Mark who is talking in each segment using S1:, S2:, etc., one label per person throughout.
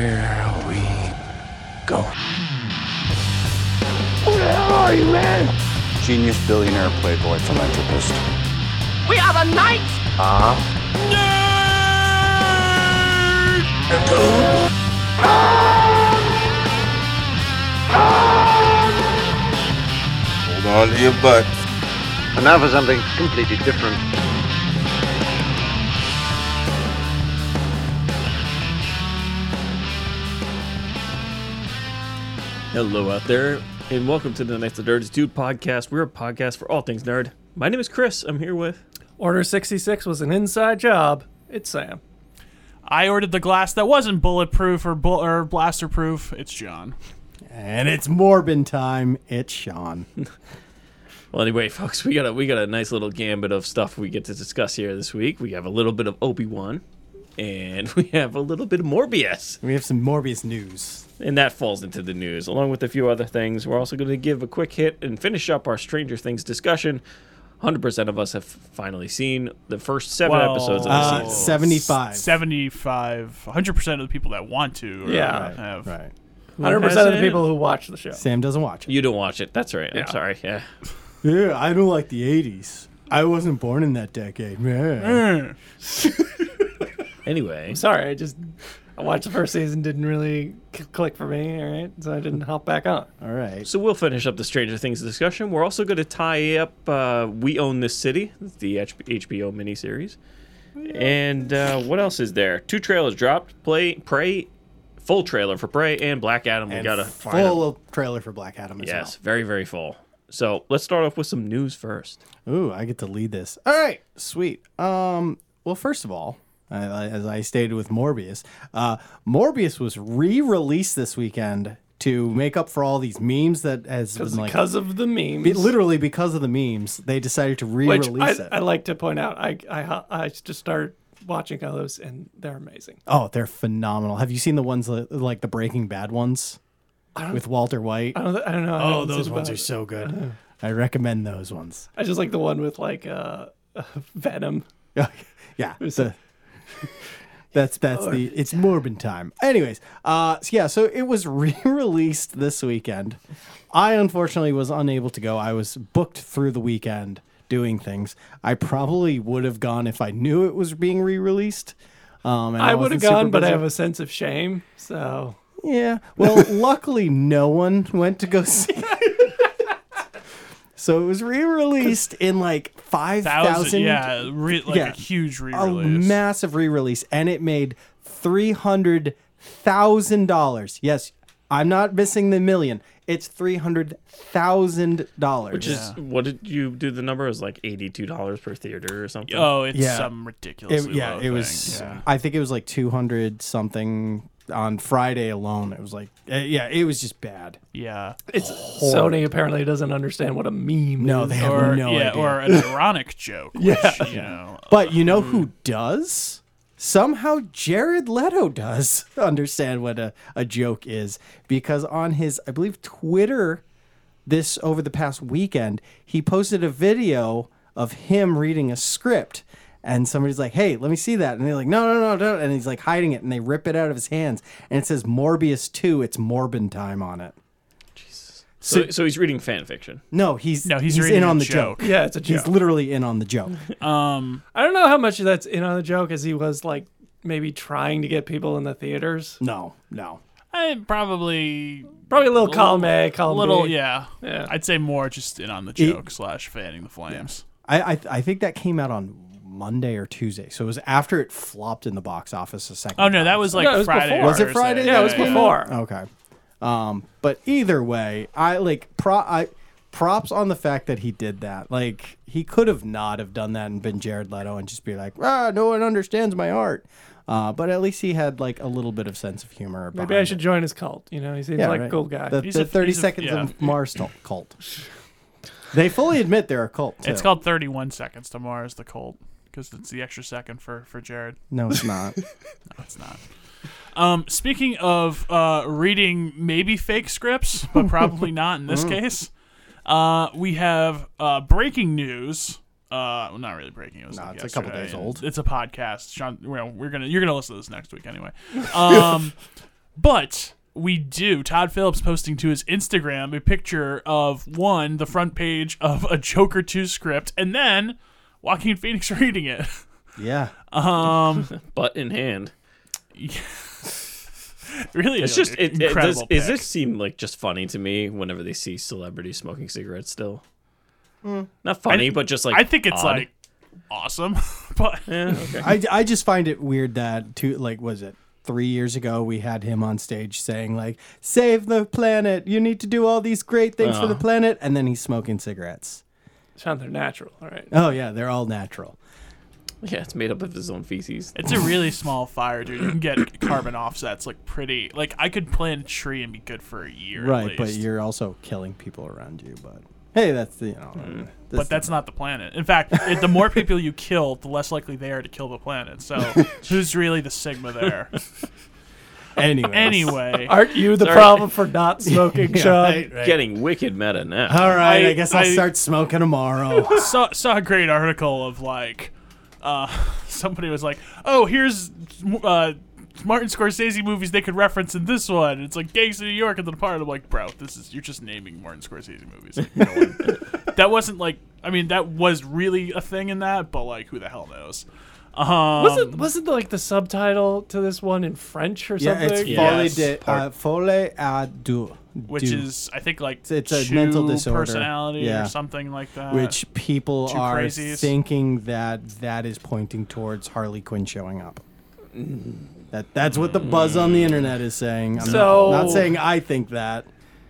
S1: Here we go.
S2: Who the hell are you, man?
S3: Genius, billionaire, playboy, philanthropist.
S2: We are the knights.
S1: Ah. Nerd!
S4: Hold on to your butts.
S5: And now for something completely different.
S6: Hello out there, and welcome to the Knights of Nerds Dude podcast. We're a podcast for all things nerd. My name is Chris. I'm here with
S7: Order 66 was an inside job. It's Sam.
S8: I ordered the glass that wasn't bulletproof or, bull- or blaster proof. It's John.
S9: And it's Morbin time. It's Sean.
S6: Well, anyway, folks, we got a we got a nice little gambit of stuff we get to discuss here this week. We have a little bit of Obi Wan, and we have a little bit of Morbius,
S9: We have some Morbius news.
S6: and that falls into the news along with a few other things. We're also going to give a quick hit and finish up our Stranger Things discussion. Hundred percent of us have finally seen the first seven
S8: Well,
S6: episodes of the
S9: Uh,
S6: season.
S9: 75.
S8: 75. 100% of the people that want to. or
S7: Yeah.
S8: that have.
S9: Right.
S7: 100% of the
S6: hasn't?
S7: people who watch the show.
S9: Sam doesn't watch it.
S6: You don't watch it. That's right. I'm sorry. Yeah.
S9: Yeah, I don't like the 80s. I wasn't born in that decade. Yeah.
S8: Mm.
S6: Anyway,
S7: Sorry, I just I watched the first season, didn't really c- click for me, all right? So I didn't hop back on.
S9: All right.
S6: So we'll finish up the Stranger Things discussion. We're also going to tie up uh, "We Own This City," the H- HBO miniseries, and uh, what else is there? Two trailers dropped: Play, Prey, full trailer for Prey, and Black Adam. we
S9: And
S6: got a
S9: full trailer for Black Adam as
S6: yes, very very full. So let's start off with some news first.
S9: well. Ooh, I get to lead this. All right. Sweet. Um. Well, first of all, I- I- as I stated with Morbius, uh, Morbius was re-released this weekend to make up for all these memes that has been like
S7: Because of the memes.
S9: be- literally because of the memes, they decided to
S7: which
S9: re-release
S7: I,
S9: it.
S7: I like to point out, I, I, ho- I just started watching all those, and they're amazing.
S9: Oh, they're phenomenal. Have you seen the ones that, like the Breaking Bad ones with Walter White?
S7: I don't, I don't know.
S9: Oh,
S7: I haven't seen about it.
S9: so good. I recommend those ones.
S7: I just like the one with like uh, Venom.
S9: yeah. the- that's
S7: Oh.
S9: that's the it's Morbin time. Anyways, uh so yeah, so it was re-released this weekend. I unfortunately was unable to go. I was booked through the weekend doing things. I probably would have gone if I knew it was being re-released. Um, and
S7: I would have
S9: wasn't super
S7: gone, but I
S9: busy.
S7: have a sense of shame. So
S9: Yeah. Well, luckily no one went to go see it. so it was re-released in like 5,000
S8: Thousand, yeah, re- like
S9: yeah.
S8: a huge re
S9: a
S8: release.
S9: massive re-release and it made $300,000. Yes, I'm not missing the million. It's $300,000.
S6: Which is what did you do? The number It was like eighty-two dollars per theater or something.
S9: Uh,
S8: oh, it's
S9: Yeah.
S8: some ridiculous.
S9: it, yeah, it was I think it was like 200 something on Friday alone. It was like eh, yeah, it was just bad.
S8: Yeah.
S7: it's Sony apparently doesn't understand what a meme
S9: No,
S7: is.
S9: they have
S8: Or,
S9: no
S8: yeah,
S9: idea.
S8: or an ironic joke. Which,
S9: Yeah.
S8: You know,
S9: But you know who does? Somehow Jared Leto does understand what a, a joke is because on his, I believe, Twitter this over the past weekend, he posted a video of him reading a script. And somebody's like, hey, let me see that. And they're like, no, no, no, don't. And he's like hiding it and they rip it out of his hands. And it says Morbius 2, it's Morbin time on it.
S6: so, so he's reading fan fiction.
S9: No, he's,
S8: no, he's,
S9: he's
S8: reading
S9: in
S8: a
S9: on the
S8: joke.
S9: joke.
S7: Yeah, it's a joke.
S9: He's literally in on the joke.
S8: Um,
S7: I don't know how much of that's in on the joke as he was like maybe trying to get people in the theaters.
S9: no, no.
S8: I probably
S7: Probably a little column A,
S8: a
S7: column
S8: little,
S7: B.
S8: yeah.
S7: Yeah.
S8: I'd say more just in on the joke slash fanning the flames.
S9: I I, I think that came out on Monday or Tuesday, so it was after it flopped in the box office a second.
S8: Oh no, that was like
S7: No, it was
S8: Friday.
S7: before.
S8: or
S9: was it
S8: Thursday.
S9: Friday?
S7: Yeah, it was before.
S9: Okay, um, but either way, I like pro I. Props on the fact that he did that. Like he could have not have done that and been Jared Leto and just be like, ah, no one understands my art. Uh, but at least he had like a little bit of sense of humor.
S7: Maybe
S9: behind
S7: I
S9: it.
S7: should join his cult. You know, he seems like a
S9: right.
S7: cool guy.
S9: The,
S8: He's
S9: the
S8: a-
S9: thirty
S8: he's a-
S9: seconds
S8: yeah.
S9: of Mars to- cult. They fully admit they're a cult.
S8: It's
S9: too.
S8: called 31 Seconds to Mars, the cult, because it's the extra second for, for Jared.
S9: No, it's not.
S8: It's not. Um, speaking of uh, reading maybe fake scripts, but probably not in this
S9: Mm.
S8: case, uh, we have uh, breaking news. Uh, well, not really breaking. It was
S9: No,
S8: like
S9: it's a couple
S8: yesterday,
S9: days
S8: and
S9: old.
S8: It's a podcast. Sean, well, we're gonna you're gonna listen to this next week anyway. Um, But we do. Todd Phillips posting to his Instagram a picture of one, the front page of a Joker 2 script, and then Joaquin Phoenix reading it.
S9: Yeah.
S6: butt in hand.
S8: really,
S6: It's just it, it does. Is this seem like just funny to me whenever they see celebrities smoking cigarettes? Still, not funny, but just like
S8: I think it's
S6: odd.
S8: like awesome, but
S6: Eh, okay.
S9: I, I just find it weird that two like was it three years ago we had him on stage saying like save the planet you need to do all these great things for the
S8: Uh.
S9: planet and then he's smoking cigarettes
S7: Sean, they're natural. All right.
S9: oh yeah they're all natural
S6: yeah, it's made up of his own feces.
S8: it's a really small fire, dude. You can get carbon offsets like pretty. Like I could plant a tree and be good for a year, at
S9: right but
S8: least.
S9: you're also killing people around you but hey that's the you know this-
S8: Mm. But that's not the planet. In fact, it, the more people you kill, the less likely they are to kill the planet. So, who's really the sigma there?
S9: anyway
S8: Anyway,
S7: Aren't you the problem for not smoking, Sean?
S6: Getting wicked meta now.
S9: all right I,
S8: I-
S9: guess I'll
S8: I-
S9: start smoking tomorrow
S8: saw, saw a great article of like uh, somebody was like oh here's uh, martin scorsese movies they could reference in this one it's like gangs of new york and the departed i'm like bro this is you're just naming martin scorsese movies Like, no one- that wasn't like i mean that was really a thing in that but like who the hell knows um,
S7: Wasn't wasn't like the subtitle to this one in French or
S9: yeah it's
S7: something?
S8: Yeah.
S9: folie
S8: Yes,
S9: de uh, folie à deux
S8: which
S9: deux,
S8: is i think like
S9: It's a
S8: two
S9: mental disorder.
S8: personality
S9: Yeah.
S8: or something like that
S9: which people
S8: Uh, two
S9: are
S8: crazies.
S9: thinking that that is pointing towards Harley Quinn showing up. That that's what the buzz on the internet is saying. I'm
S7: So-
S9: not, not saying I think that.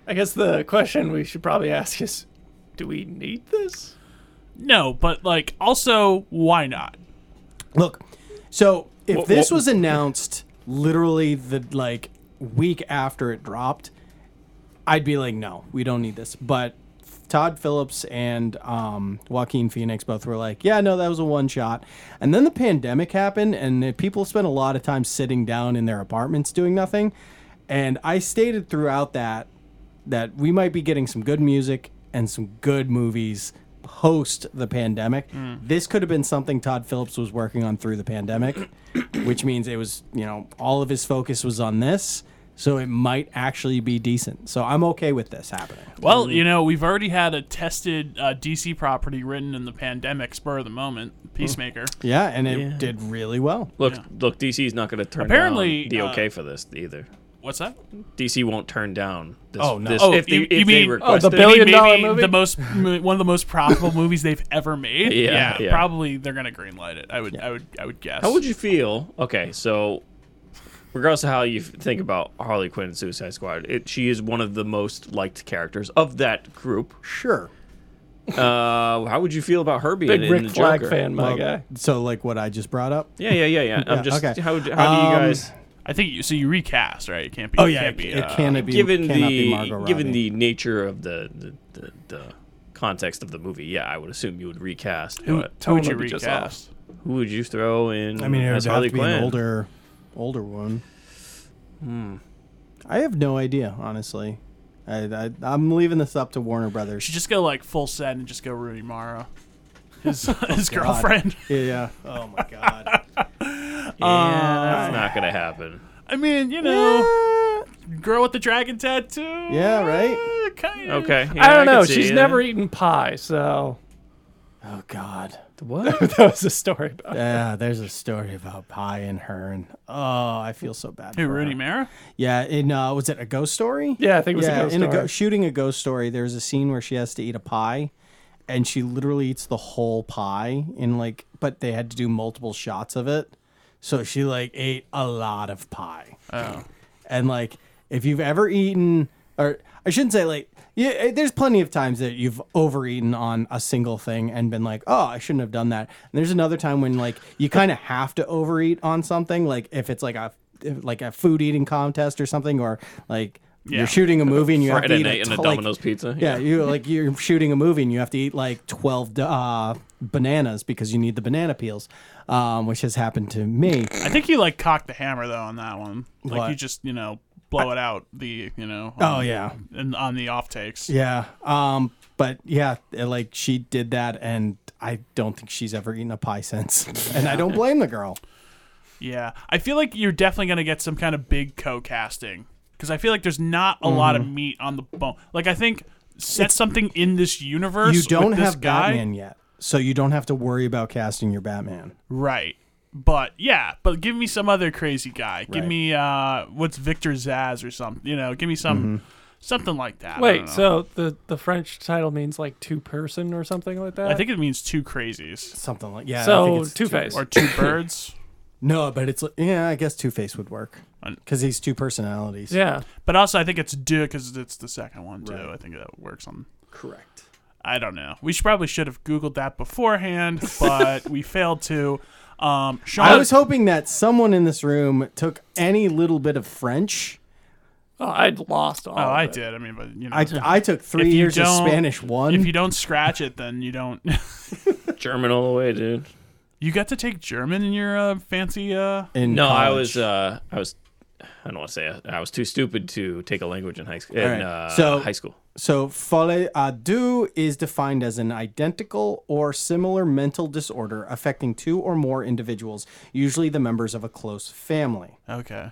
S7: I guess the question we should probably ask is, do we need this?
S8: no but like also why not
S9: Look, so if
S6: Wha-
S9: this
S6: wha-
S9: was announced literally the like week after it dropped, I'd be like, no, we don't need this. But Todd Phillips and um, Joaquin Phoenix both were like, yeah, no, that was a one shot. And then the pandemic happened, and the people spent a lot of time sitting down in their apartments doing nothing. And I stated throughout that that we might be getting some good music and some good movies post the pandemic.
S6: Mm.
S9: This could have been something Todd Phillips was working on through the pandemic, which means it was, you know, all of his focus was on this. So it might actually be decent. So I'm okay with this happening.
S8: Well, you know, we've already had a tested uh, DC property written in the pandemic spur of the moment, Peacemaker.
S9: Yeah, and it did really well.
S6: Look, look, DC's not going to turn
S8: Apparently,
S6: down the
S8: uh,
S6: okay for this either.
S8: What's that?
S6: DC won't turn down this.
S9: Oh, no.
S6: this-
S8: Oh,
S6: if, they-
S8: you-
S6: if they
S8: you mean- oh,
S6: request
S7: The
S8: the
S6: it.
S8: Maybe-
S7: billion dollar
S8: maybe
S7: movie?
S8: the most mo- one of the most profitable movies they've ever made.
S6: Yeah, yeah.
S8: probably they're gonna greenlight it. I would, I would, I would guess.
S6: How would you feel? Okay, so regardless of how you f- think about Harley Quinn and Suicide Squad, it, she is one of the most liked characters of that group.
S9: Sure.
S6: Uh, how would you feel about her being
S7: Big
S6: in
S7: Rick
S6: the
S7: Flag
S6: Joker?
S7: fan, my
S9: Well,
S7: guy.
S9: So like what I just brought up.
S6: Yeah, yeah, yeah, yeah.
S9: Yeah,
S6: I'm just
S9: okay.
S6: how, d- how do you
S9: Um,
S6: guys
S8: I think you. So you recast, right? It can't be.
S9: Oh yeah,
S8: can't
S9: it,
S8: be,
S9: it
S8: uh,
S9: cannot be
S6: given
S9: cannot be
S6: the
S9: Margot
S6: given
S9: Robbie.
S6: the nature of the the, the the context of the movie? Yeah, I would assume you would recast.
S8: Who,
S6: but
S8: who would you
S7: totally be just
S8: recast?
S6: who would you throw in?
S9: I mean, it would
S6: as
S9: have
S6: Harley
S9: to be
S6: Quinn?
S9: an older, older one. Hmm. I have no idea, honestly. I, I, I'm leaving this up to Warner Brothers.
S8: Should just go like full set and just go Rooney Mara, his his girlfriend.
S9: Yeah, yeah. Oh my god.
S6: Yeah, that's not gonna happen.
S8: I mean, you know, girl with the dragon tattoo.
S9: yeah, right.
S8: Kind of.
S6: Okay, yeah,
S7: I don't
S6: can
S7: know.
S6: see
S7: She's
S6: it.
S7: never eaten pie, so
S9: Oh god.
S6: what?
S7: that was a story about.
S9: Yeah, there's a story about pie and her, and oh, I feel so bad.
S8: Who,
S9: for
S8: Rooney
S9: her.
S8: Mara?
S9: Yeah, in uh, was it a ghost story?
S7: Yeah, I think it was a
S9: yeah,
S7: ghost
S9: in a
S7: story.
S9: go- shooting a ghost story. There's a scene where she has to eat a pie, and she literally eats the whole pie in like, but they had to do multiple shots of it, so she like ate a lot of pie. Oh, and like if you've ever eaten, or I shouldn't say like. Yeah, eh, there's plenty of times that you've overeaten on a single thing and been like, "Oh, I shouldn't have done that." And there's another time when like you kind of have to overeat on something, like if it's like a if, like a food eating contest or something, or like
S8: Yeah.
S9: you're shooting a movie and you have to
S6: Friday
S9: eat
S6: night
S9: a
S6: and
S9: t-
S6: a
S9: like-
S6: Domino's pizza.
S9: Yeah, you like you're shooting a movie and you have to eat like twelve uh, bananas because you need the banana peels, um, which has happened to me.
S8: I think you like cocked the hammer though on that one. Like
S9: What?
S8: you just you know blow it out the you know.
S9: Oh
S8: on-
S9: yeah,
S8: And on the off takes.
S9: yeah. Um, but yeah, it, like she did that, and I don't think she's ever eaten a pie since, and I don't blame the girl.
S8: Yeah, I feel like you're definitely gonna get some kind of big co-casting because I feel like there's not a lot
S9: Mm-hmm.
S8: of meat on the bone. Like I think set something in this universe.
S9: You don't
S8: with this
S9: have
S8: guy,
S9: Batman yet, so you don't have to worry about casting your Batman.
S8: right? But yeah, but give me some other crazy guy. Give
S9: Right.
S8: me uh, what's Victor Zaz or something. You know, give me some
S9: Mm-hmm.
S8: something like that. I don't
S7: Wait,
S8: know.
S7: so the the French title means like two person or something like that?
S8: I think it means two crazies
S9: Something like yeah. I think
S7: so.
S9: it's
S7: Two Face.
S8: or two birds.
S9: No, but it's like- yeah. I guess Two Face would work
S8: Un-
S9: because he's two personalities.
S7: Yeah.
S8: But also, I think it's due because it's the second one too. I think that works on.
S9: correct.
S8: I don't know. We should, probably should have googled that beforehand, but we failed to. Um, Sean,
S9: I was hoping that someone in this room took any little bit of French.
S7: Oh, I'd lost all.
S8: oh,
S7: of
S8: I
S7: it.
S8: did. I mean, but you know,
S9: I, I took three
S8: If you
S9: years of
S8: don't-
S9: Spanish one.
S8: if you don't scratch it, then you don't.
S6: German all the way, dude.
S8: you got to take German in your uh, fancy. Uh,
S9: in
S6: No, I
S9: college.
S6: was, uh, I was, I don't want to say it. I was too stupid to take a language in high school. In,
S9: right.
S6: uh,
S9: So-
S6: high school.
S9: So, folle à deux is defined as an identical or similar mental disorder affecting two or more individuals, usually the members of a close family,
S8: okay.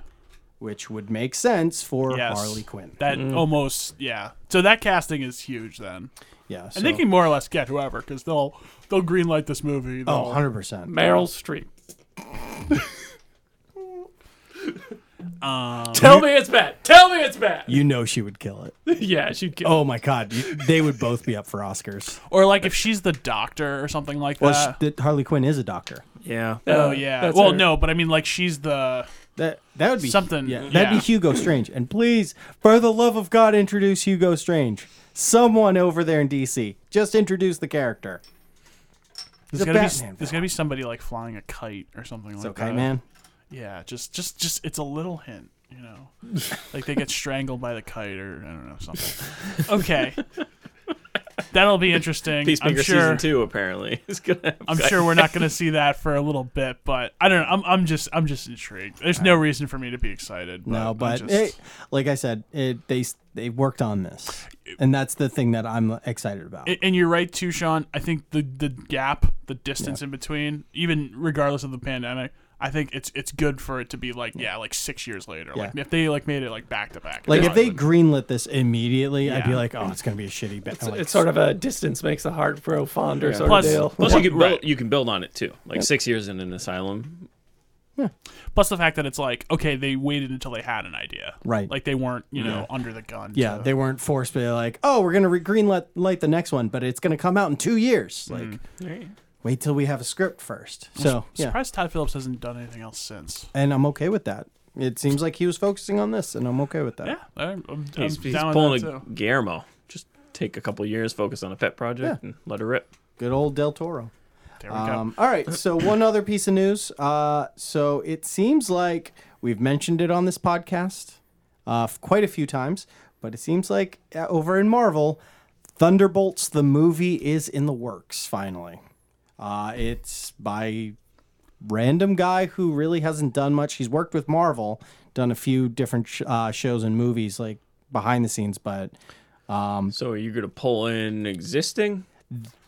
S9: which would make sense for
S8: Yes.
S9: Harley Quinn.
S8: That almost yeah. So that casting is huge then,
S9: yeah. So,
S8: and they can more or less get whoever because they'll they'll greenlight this movie.
S9: oh,
S8: They'll-
S9: 100%.
S7: Meryl Streep.
S9: Um,
S7: Tell me it's bad. Tell me it's bad.
S9: You know she would kill it.
S7: yeah, she'd kill.
S9: Oh my God. you- They would both be up for Oscars.
S8: or like if she's the doctor or something like
S9: Oh. Well,
S8: that.
S9: sh- that Harley Quinn is a doctor.
S6: Yeah.
S8: oh
S7: Uh,
S8: yeah.
S7: that's
S8: Well,
S7: her.
S8: no, but I mean like she's the
S9: That that would be
S8: Something,
S9: Yeah, that'd
S8: yeah.
S9: be Hugo Strange. And please, for the love of God, introduce Hugo Strange. Someone over there in DC, just introduce the character.
S8: There's
S9: The
S8: gotta be
S9: Batman
S8: there's gotta be somebody like flying a kite or something like
S9: It's
S8: that.
S9: okay, man.
S8: Yeah, just just just it's a little hint, you know, like they get strangled by the kite or I don't know something. Okay, that'll be interesting.
S6: Peacemaker
S8: I'm sure.
S6: season two apparently is gonna. Have
S8: I'm sure we're not gonna see that for a little bit, but I don't know. I'm I'm just I'm just intrigued. There's no reason for me to be excited. But
S9: No,
S8: I'm
S9: but
S8: just-
S9: it, like I said, it, they s- they worked on this, and that's the thing that I'm excited about.
S8: A- and you're right too, Sean. I think the the gap, the distance in between, even regardless of the pandemic. I think it's it's good for it to be like yeah, like six years later. Like
S9: Yeah.
S8: if they like made it like back to back.
S9: like
S8: or
S9: if they
S8: something.
S9: greenlit this immediately, I'd be
S8: Yeah.
S9: like, oh, it's gonna be a shitty. Ba-
S7: It's, it's sort of a distance makes the heart grow fonder sort
S8: Plus-
S7: of deal.
S6: Plus, you can build,
S8: Right.
S6: you can build on it too. Like six years in an asylum.
S8: Plus the fact that it's like, okay, they waited until they had an idea.
S9: Right.
S8: Like they weren't, you know, under the gun.
S9: yeah,
S8: to-
S9: they weren't forced to be like, oh, we're gonna re- greenlit light the next one, but it's gonna come out in two years.
S8: Mm.
S9: Like, wait till we have a script first. So yeah,
S8: surprised Todd Phillips hasn't done anything else since.
S9: and I'm okay with that. It seems like he was focusing on this, and I'm okay with that.
S8: Yeah. I'm, I'm, I'm
S6: He's, he's
S8: down with
S6: pulling
S8: that
S6: a
S8: too.
S6: Guillermo. Just take a couple years, focus on a pet project, and let her rip.
S9: Good old Del Toro.
S8: There we
S9: Um, all right, so one other piece of news. Uh, so it seems like we've mentioned it on this podcast uh, f- quite a few times, but it seems like uh, over in Marvel, Thunderbolts the movie is in the works finally. Uh, it's by random guy who really hasn't done much. He's worked with Marvel, done a few different sh- uh, shows and movies like behind the scenes, but Mm.
S6: So are you gonna pull in existing?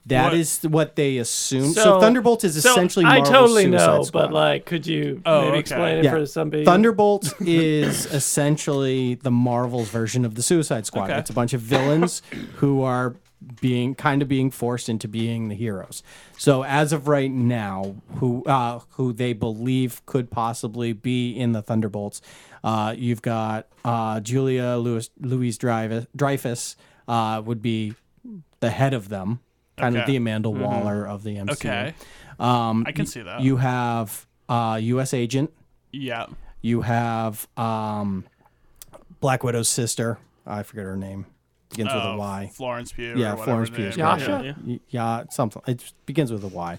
S9: that
S8: What-
S9: is what they assume. So,
S7: So-
S9: Thunderbolts is essentially
S7: I
S9: Marvel's
S7: totally know,
S9: Suicide Squad.
S7: but like, could you
S8: Oh,
S7: maybe
S8: okay.
S7: explain it
S9: Yeah.
S7: for somebody?
S9: Thunderbolt is essentially the Marvel's version of the Suicide Squad.
S8: Okay.
S9: It's a bunch of villains who are being kind of being forced into being the heroes. So as of right now, who uh, who they believe could possibly be in the Thunderbolts, uh, you've got uh, Julia Louis Louise Dreyfus, Dreyfus uh, would be the head of them, kind of
S8: Okay. Mm-hmm.
S9: the Amanda Waller of the MCU.
S8: Okay.
S9: Um,
S8: I can see that.
S9: You have uh, U.S. Agent.
S8: yeah.
S9: You have um, Black Widow's sister. I forget her name. Begins with a
S8: Oh,
S9: Y.
S8: Florence Pugh. or
S9: Yeah,
S8: whatever
S9: Florence
S8: her
S9: Pugh
S8: name
S9: is
S8: is.
S9: right.
S7: Yasha?
S9: Y- Yeah, something. It just begins with a Y.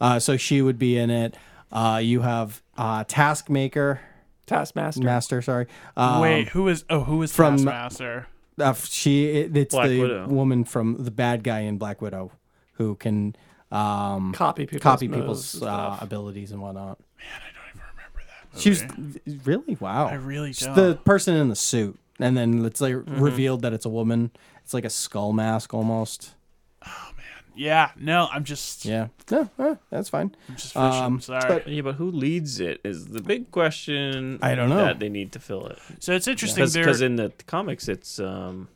S9: Uh, so she would be in it. Uh, you have uh, Taskmaker,
S7: Taskmaster.
S9: Master. Sorry. Um,
S8: Wait, who is? Oh, who is
S9: from-
S8: Taskmaster?
S9: uh, f- she. It, it's
S6: Black
S9: the
S6: Widow.
S9: woman from the bad guy in Black Widow who can um,
S7: Copy people's
S9: copy
S7: moves
S9: people's
S7: and
S9: uh,
S7: stuff.
S9: abilities and whatnot.
S8: I don't even remember that.
S9: She was
S8: movie.
S9: really wow.
S8: I really
S9: She's
S8: don't. Mm-hmm.
S9: the person in the suit, and then it's like revealed that it's a woman. It's like a skull mask almost.
S8: Yeah, no, I'm just,
S9: Yeah. No, uh, that's fine.
S8: I'm just fishing.
S9: Um,
S8: Sorry.
S9: but-
S6: Yeah, but who leads it is the big question.
S9: I don't know.
S6: That they need to fill it
S8: so it's interesting. there,
S6: because in the comics it's um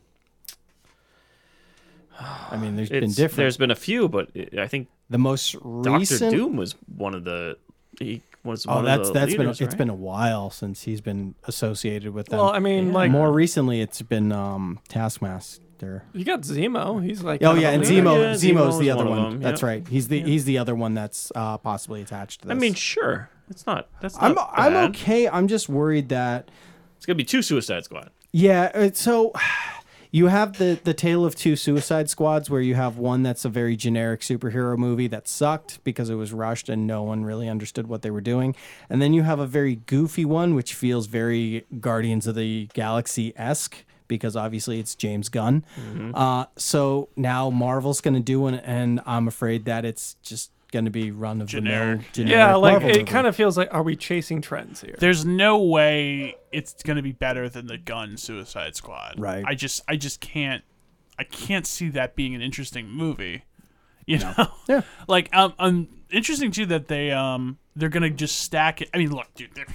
S9: I mean, there's been
S6: it's,
S9: different.
S6: there's been a few, but I I think
S9: the most
S6: Doctor
S9: recent.
S6: Doom was one of the he was one
S9: Oh,
S6: of
S9: that's
S6: the
S9: that's been
S6: leaders,
S9: it's been a while since he's been associated with them.
S7: Well, I mean, like
S9: more recently, it's been um, Taskmaster.
S7: you got Zemo. He's like
S9: Oh
S7: kind of
S9: yeah,
S7: a
S9: and
S7: leader.
S9: Zemo
S6: Yeah,
S9: Zemo's the
S6: Zemo's
S9: other
S6: one
S9: one.
S6: of them,
S9: That's
S6: yeah.
S9: right. He's the he's the other one that's uh, possibly attached to
S6: I
S9: this.
S6: mean, sure, it's not. That's not
S9: I'm I'm
S6: bad.
S9: okay. I'm just worried that
S6: It's gonna be two Suicide Squad.
S9: yeah. uh, So you have the the tale of two Suicide Squads, where you have one that's a very generic superhero movie that sucked because it was rushed and no one really understood what they were doing, and then you have a very goofy one which feels very Guardians of the Galaxy esque. Because obviously it's James Gunn,
S7: Mm-hmm.
S9: uh, so now Marvel's going to do one, and I'm afraid that it's just going to be run of
S8: Generic.
S9: the mill.
S7: Yeah, like it kind of feels like are we chasing trends here?
S8: there's no way it's gonna be better than the gun Suicide Squad.
S9: Right.
S8: I just, I just can't, I can't see that being an interesting movie. You know.
S9: yeah.
S8: like um, um interesting too that they um they're gonna just stack it i mean look dude their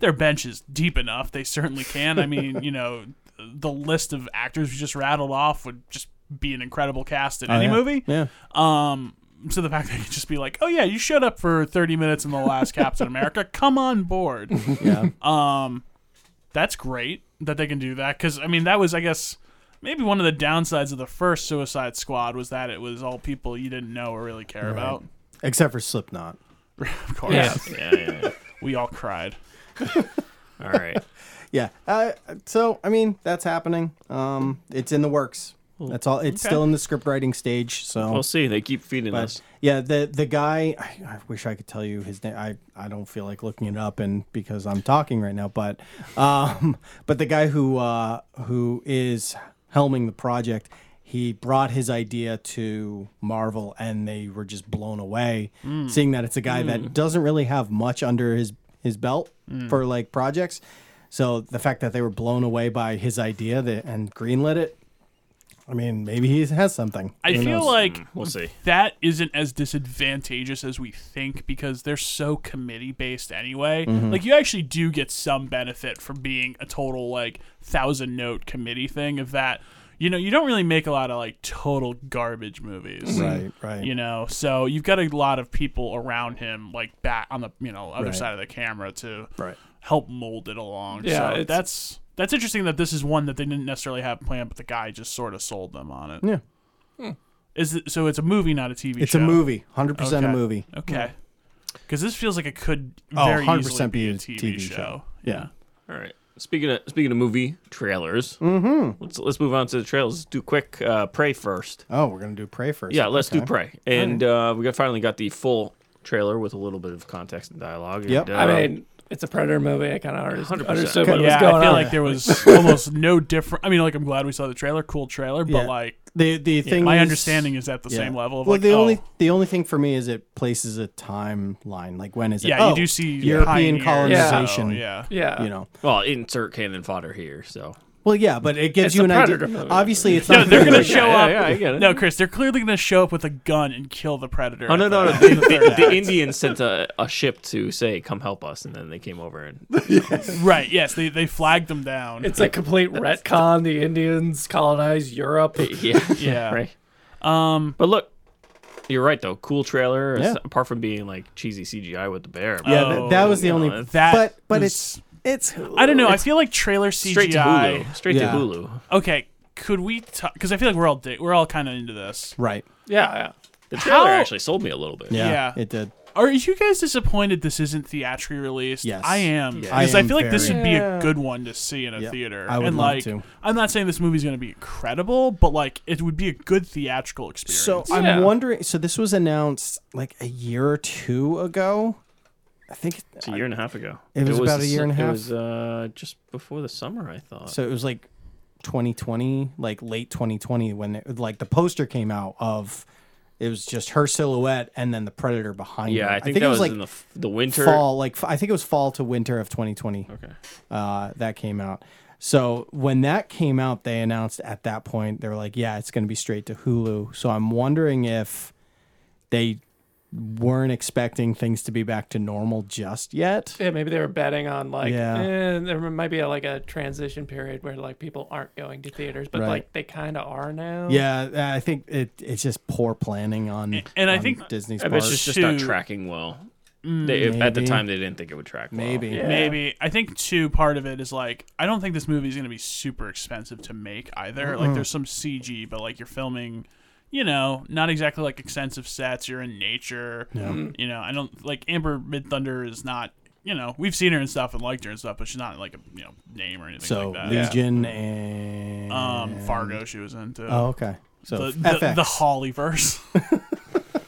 S8: their bench is deep enough they certainly can i mean you know the list of actors we just rattled off would just be an incredible cast in any
S9: Oh, yeah.
S8: movie
S9: Yeah.
S7: Uh,
S8: um so the fact that you could just be like oh yeah you showed up for 30 minutes in the last captain america come on board Um,
S9: Yeah.
S8: that's great that they can do that because i mean that was i guess maybe one of the downsides of the first suicide squad was that it was all people you didn't know or really care about
S9: Except for Slipknot.
S8: of course
S6: Yeah, yeah, yeah.
S8: we all cried.
S6: All right.
S9: Yeah. Uh, so I mean, that's happening. Um, it's in the works. That's all. It's still in the script writing stage. So
S6: We'll see. They keep feeding
S9: but,
S6: us.
S9: yeah, the the guy. I, I wish I could tell you his name. I I don't feel like looking it up, and because I'm talking right now, but um, but the guy who uh who is helming the project. He brought his idea to Marvel, and they were just blown away.
S8: Mm.
S9: Seeing that it's a guy that doesn't really have much under his his belt
S8: Mm.
S9: for like projects, so the fact that they were blown away by his idea that, and greenlit it, I mean, maybe he has something.
S8: I
S9: Who
S8: feel
S9: knows? Hmm,
S8: like
S6: We'll see.
S8: that isn't as disadvantageous as we think because they're so committee based anyway.
S9: Mm-hmm.
S8: Like you actually do get some benefit from being a total like thousand note committee thing of that. You know, you don't really make a lot of like total garbage movies.
S9: right, right.
S8: You know, so you've got a lot of people around him like back on the, you know, other side of the camera to
S9: Right.
S8: help mold it along.
S7: Yeah,
S8: so
S7: it's-
S8: that's that's interesting that this is one that they didn't necessarily have planned, but the guy just sort of sold them on it.
S9: Yeah.
S8: Is it, so it's a movie, not a TV.
S9: It's
S8: show.
S9: a movie, hundred percent a
S8: Okay.
S9: movie.
S8: Okay. Because this feels like it could
S9: Oh,
S8: very 100%
S9: 100%
S8: easily be a
S9: be a
S8: TV,
S9: TV
S8: show.
S9: show.
S8: Yeah.
S6: All right. Speaking of speaking of movie trailers, mm-hmm. let's let's move on to the trailers. Let's do quick uh, pray first.
S9: Oh, we're gonna do pray first.
S6: Yeah, let's do pray. And uh, we got finally got the full trailer with a little bit of context and dialogue. and,
S9: Yep.
S6: uh,
S7: I mean, it's a Predator movie. I kind of understood,
S6: 100%.
S7: understood
S6: Okay,
S7: what
S8: yeah,
S7: was going
S8: I feel
S7: on.
S8: like there was almost no different. I mean, like I'm glad we saw the trailer, cool trailer, but
S9: Yeah.
S8: like
S9: The the thing.
S8: my
S9: is-
S8: understanding is at the
S9: yeah.
S8: same level. Of
S9: well,
S8: like,
S9: the
S8: oh,
S9: only the only thing for me is it places a timeline. Like when is it?
S8: yeah,
S9: Oh,
S8: you do see
S9: European
S8: pioneers,
S9: colonization.
S8: so, yeah,
S7: yeah,
S9: You know.
S6: well, insert cannon fodder here. So
S9: Well, yeah, but it gives
S7: It's
S9: you
S7: a
S9: an
S7: Predator
S9: idea.
S7: movie.
S9: Obviously, it's
S8: No,
S9: not.
S8: they're gonna
S9: really-
S8: show
S6: Yeah,
S8: up.
S6: yeah, I get it.
S8: No, Chris, they're clearly gonna show up with a gun and kill the predator.
S6: Oh no no no!
S8: Uh,
S6: The, the, the Indians sent a, a ship to say, "Come help us," and then they came over and
S8: Right? Yes, they they flagged them down.
S7: it's a complete retcon. The Indians colonized Europe.
S6: yeah,
S8: yeah,
S6: right. Um, but look, you're right though. Cool trailer.
S9: Yeah.
S6: Apart from being like cheesy CGI with the bear.
S9: Yeah, that, that was the
S6: Oh,
S9: only.
S6: no,
S8: that
S9: but but
S8: was-
S9: it's it's.
S8: I don't know. I feel like trailer CGI.
S6: straight to Hulu. Straight
S9: Yeah.
S6: to Hulu.
S8: Okay, could we talk? Because I feel like we're all di- we're all kind of into this.
S9: Right.
S7: Yeah, yeah.
S6: The trailer
S8: How-
S6: actually sold me a little bit.
S9: Yeah,
S8: Yeah.
S9: It did.
S8: Are you guys disappointed this isn't theatrically released?
S9: Yes.
S8: I am.
S9: I
S8: Because I,
S9: am
S8: feel like this
S9: very.
S8: would be a good one to see in a
S9: Yep.
S8: theater.
S9: I would
S8: and
S9: love
S8: like,
S9: to.
S8: I'm not saying this movie's going to be incredible, but like it would be a good theatrical experience.
S9: So I'm wondering. So this was announced like a year or two ago. I think.
S6: It's a year and a half ago.
S9: It was about a year and a half.
S6: It was uh, just before the summer, I thought.
S9: So it was like 2020, like late 2020, when it, like the poster came out of. It was just her silhouette and then the predator behind.
S6: yeah,
S9: her.
S6: I think, that
S9: it
S6: was,
S9: was like
S6: in the, f- the winter.
S9: fall, like f- I think it was fall to winter of 2020.
S6: Okay.
S9: Uh, that came out. So when that came out, they announced at that point they were like, "Yeah, it's going to be straight to Hulu." So I'm wondering if they weren't expecting things to be back to normal just yet.
S7: Yeah, maybe they were betting on like
S9: Yeah.
S7: eh, there might be a, like a transition period where like people aren't going to theaters, but
S9: Right.
S7: like they kind of are now.
S9: Yeah, I think it it's just poor planning on
S8: and I
S9: on
S8: think-
S9: Disney's
S6: I
S9: part.
S6: bet it's just not
S8: Shoot.
S6: tracking well. They, at the
S9: Mm. Maybe.
S6: time, they didn't think it would track well.
S9: Maybe.
S8: Maybe I think too. Part of it is like I don't think this movie is going to be super expensive to make either. Like there's some CG, but like you're filming, you know, not exactly like extensive sets. You're in nature. You know, I don't like Amber Mid Thunder is not. You know, we've seen her and stuff and liked her and stuff, but she's not like a you know name or anything
S9: So
S8: like that.
S9: Legion and
S8: Um, Fargo she was into.
S9: Oh, okay. So
S8: the, the,
S9: FX.
S8: the Hollyverse.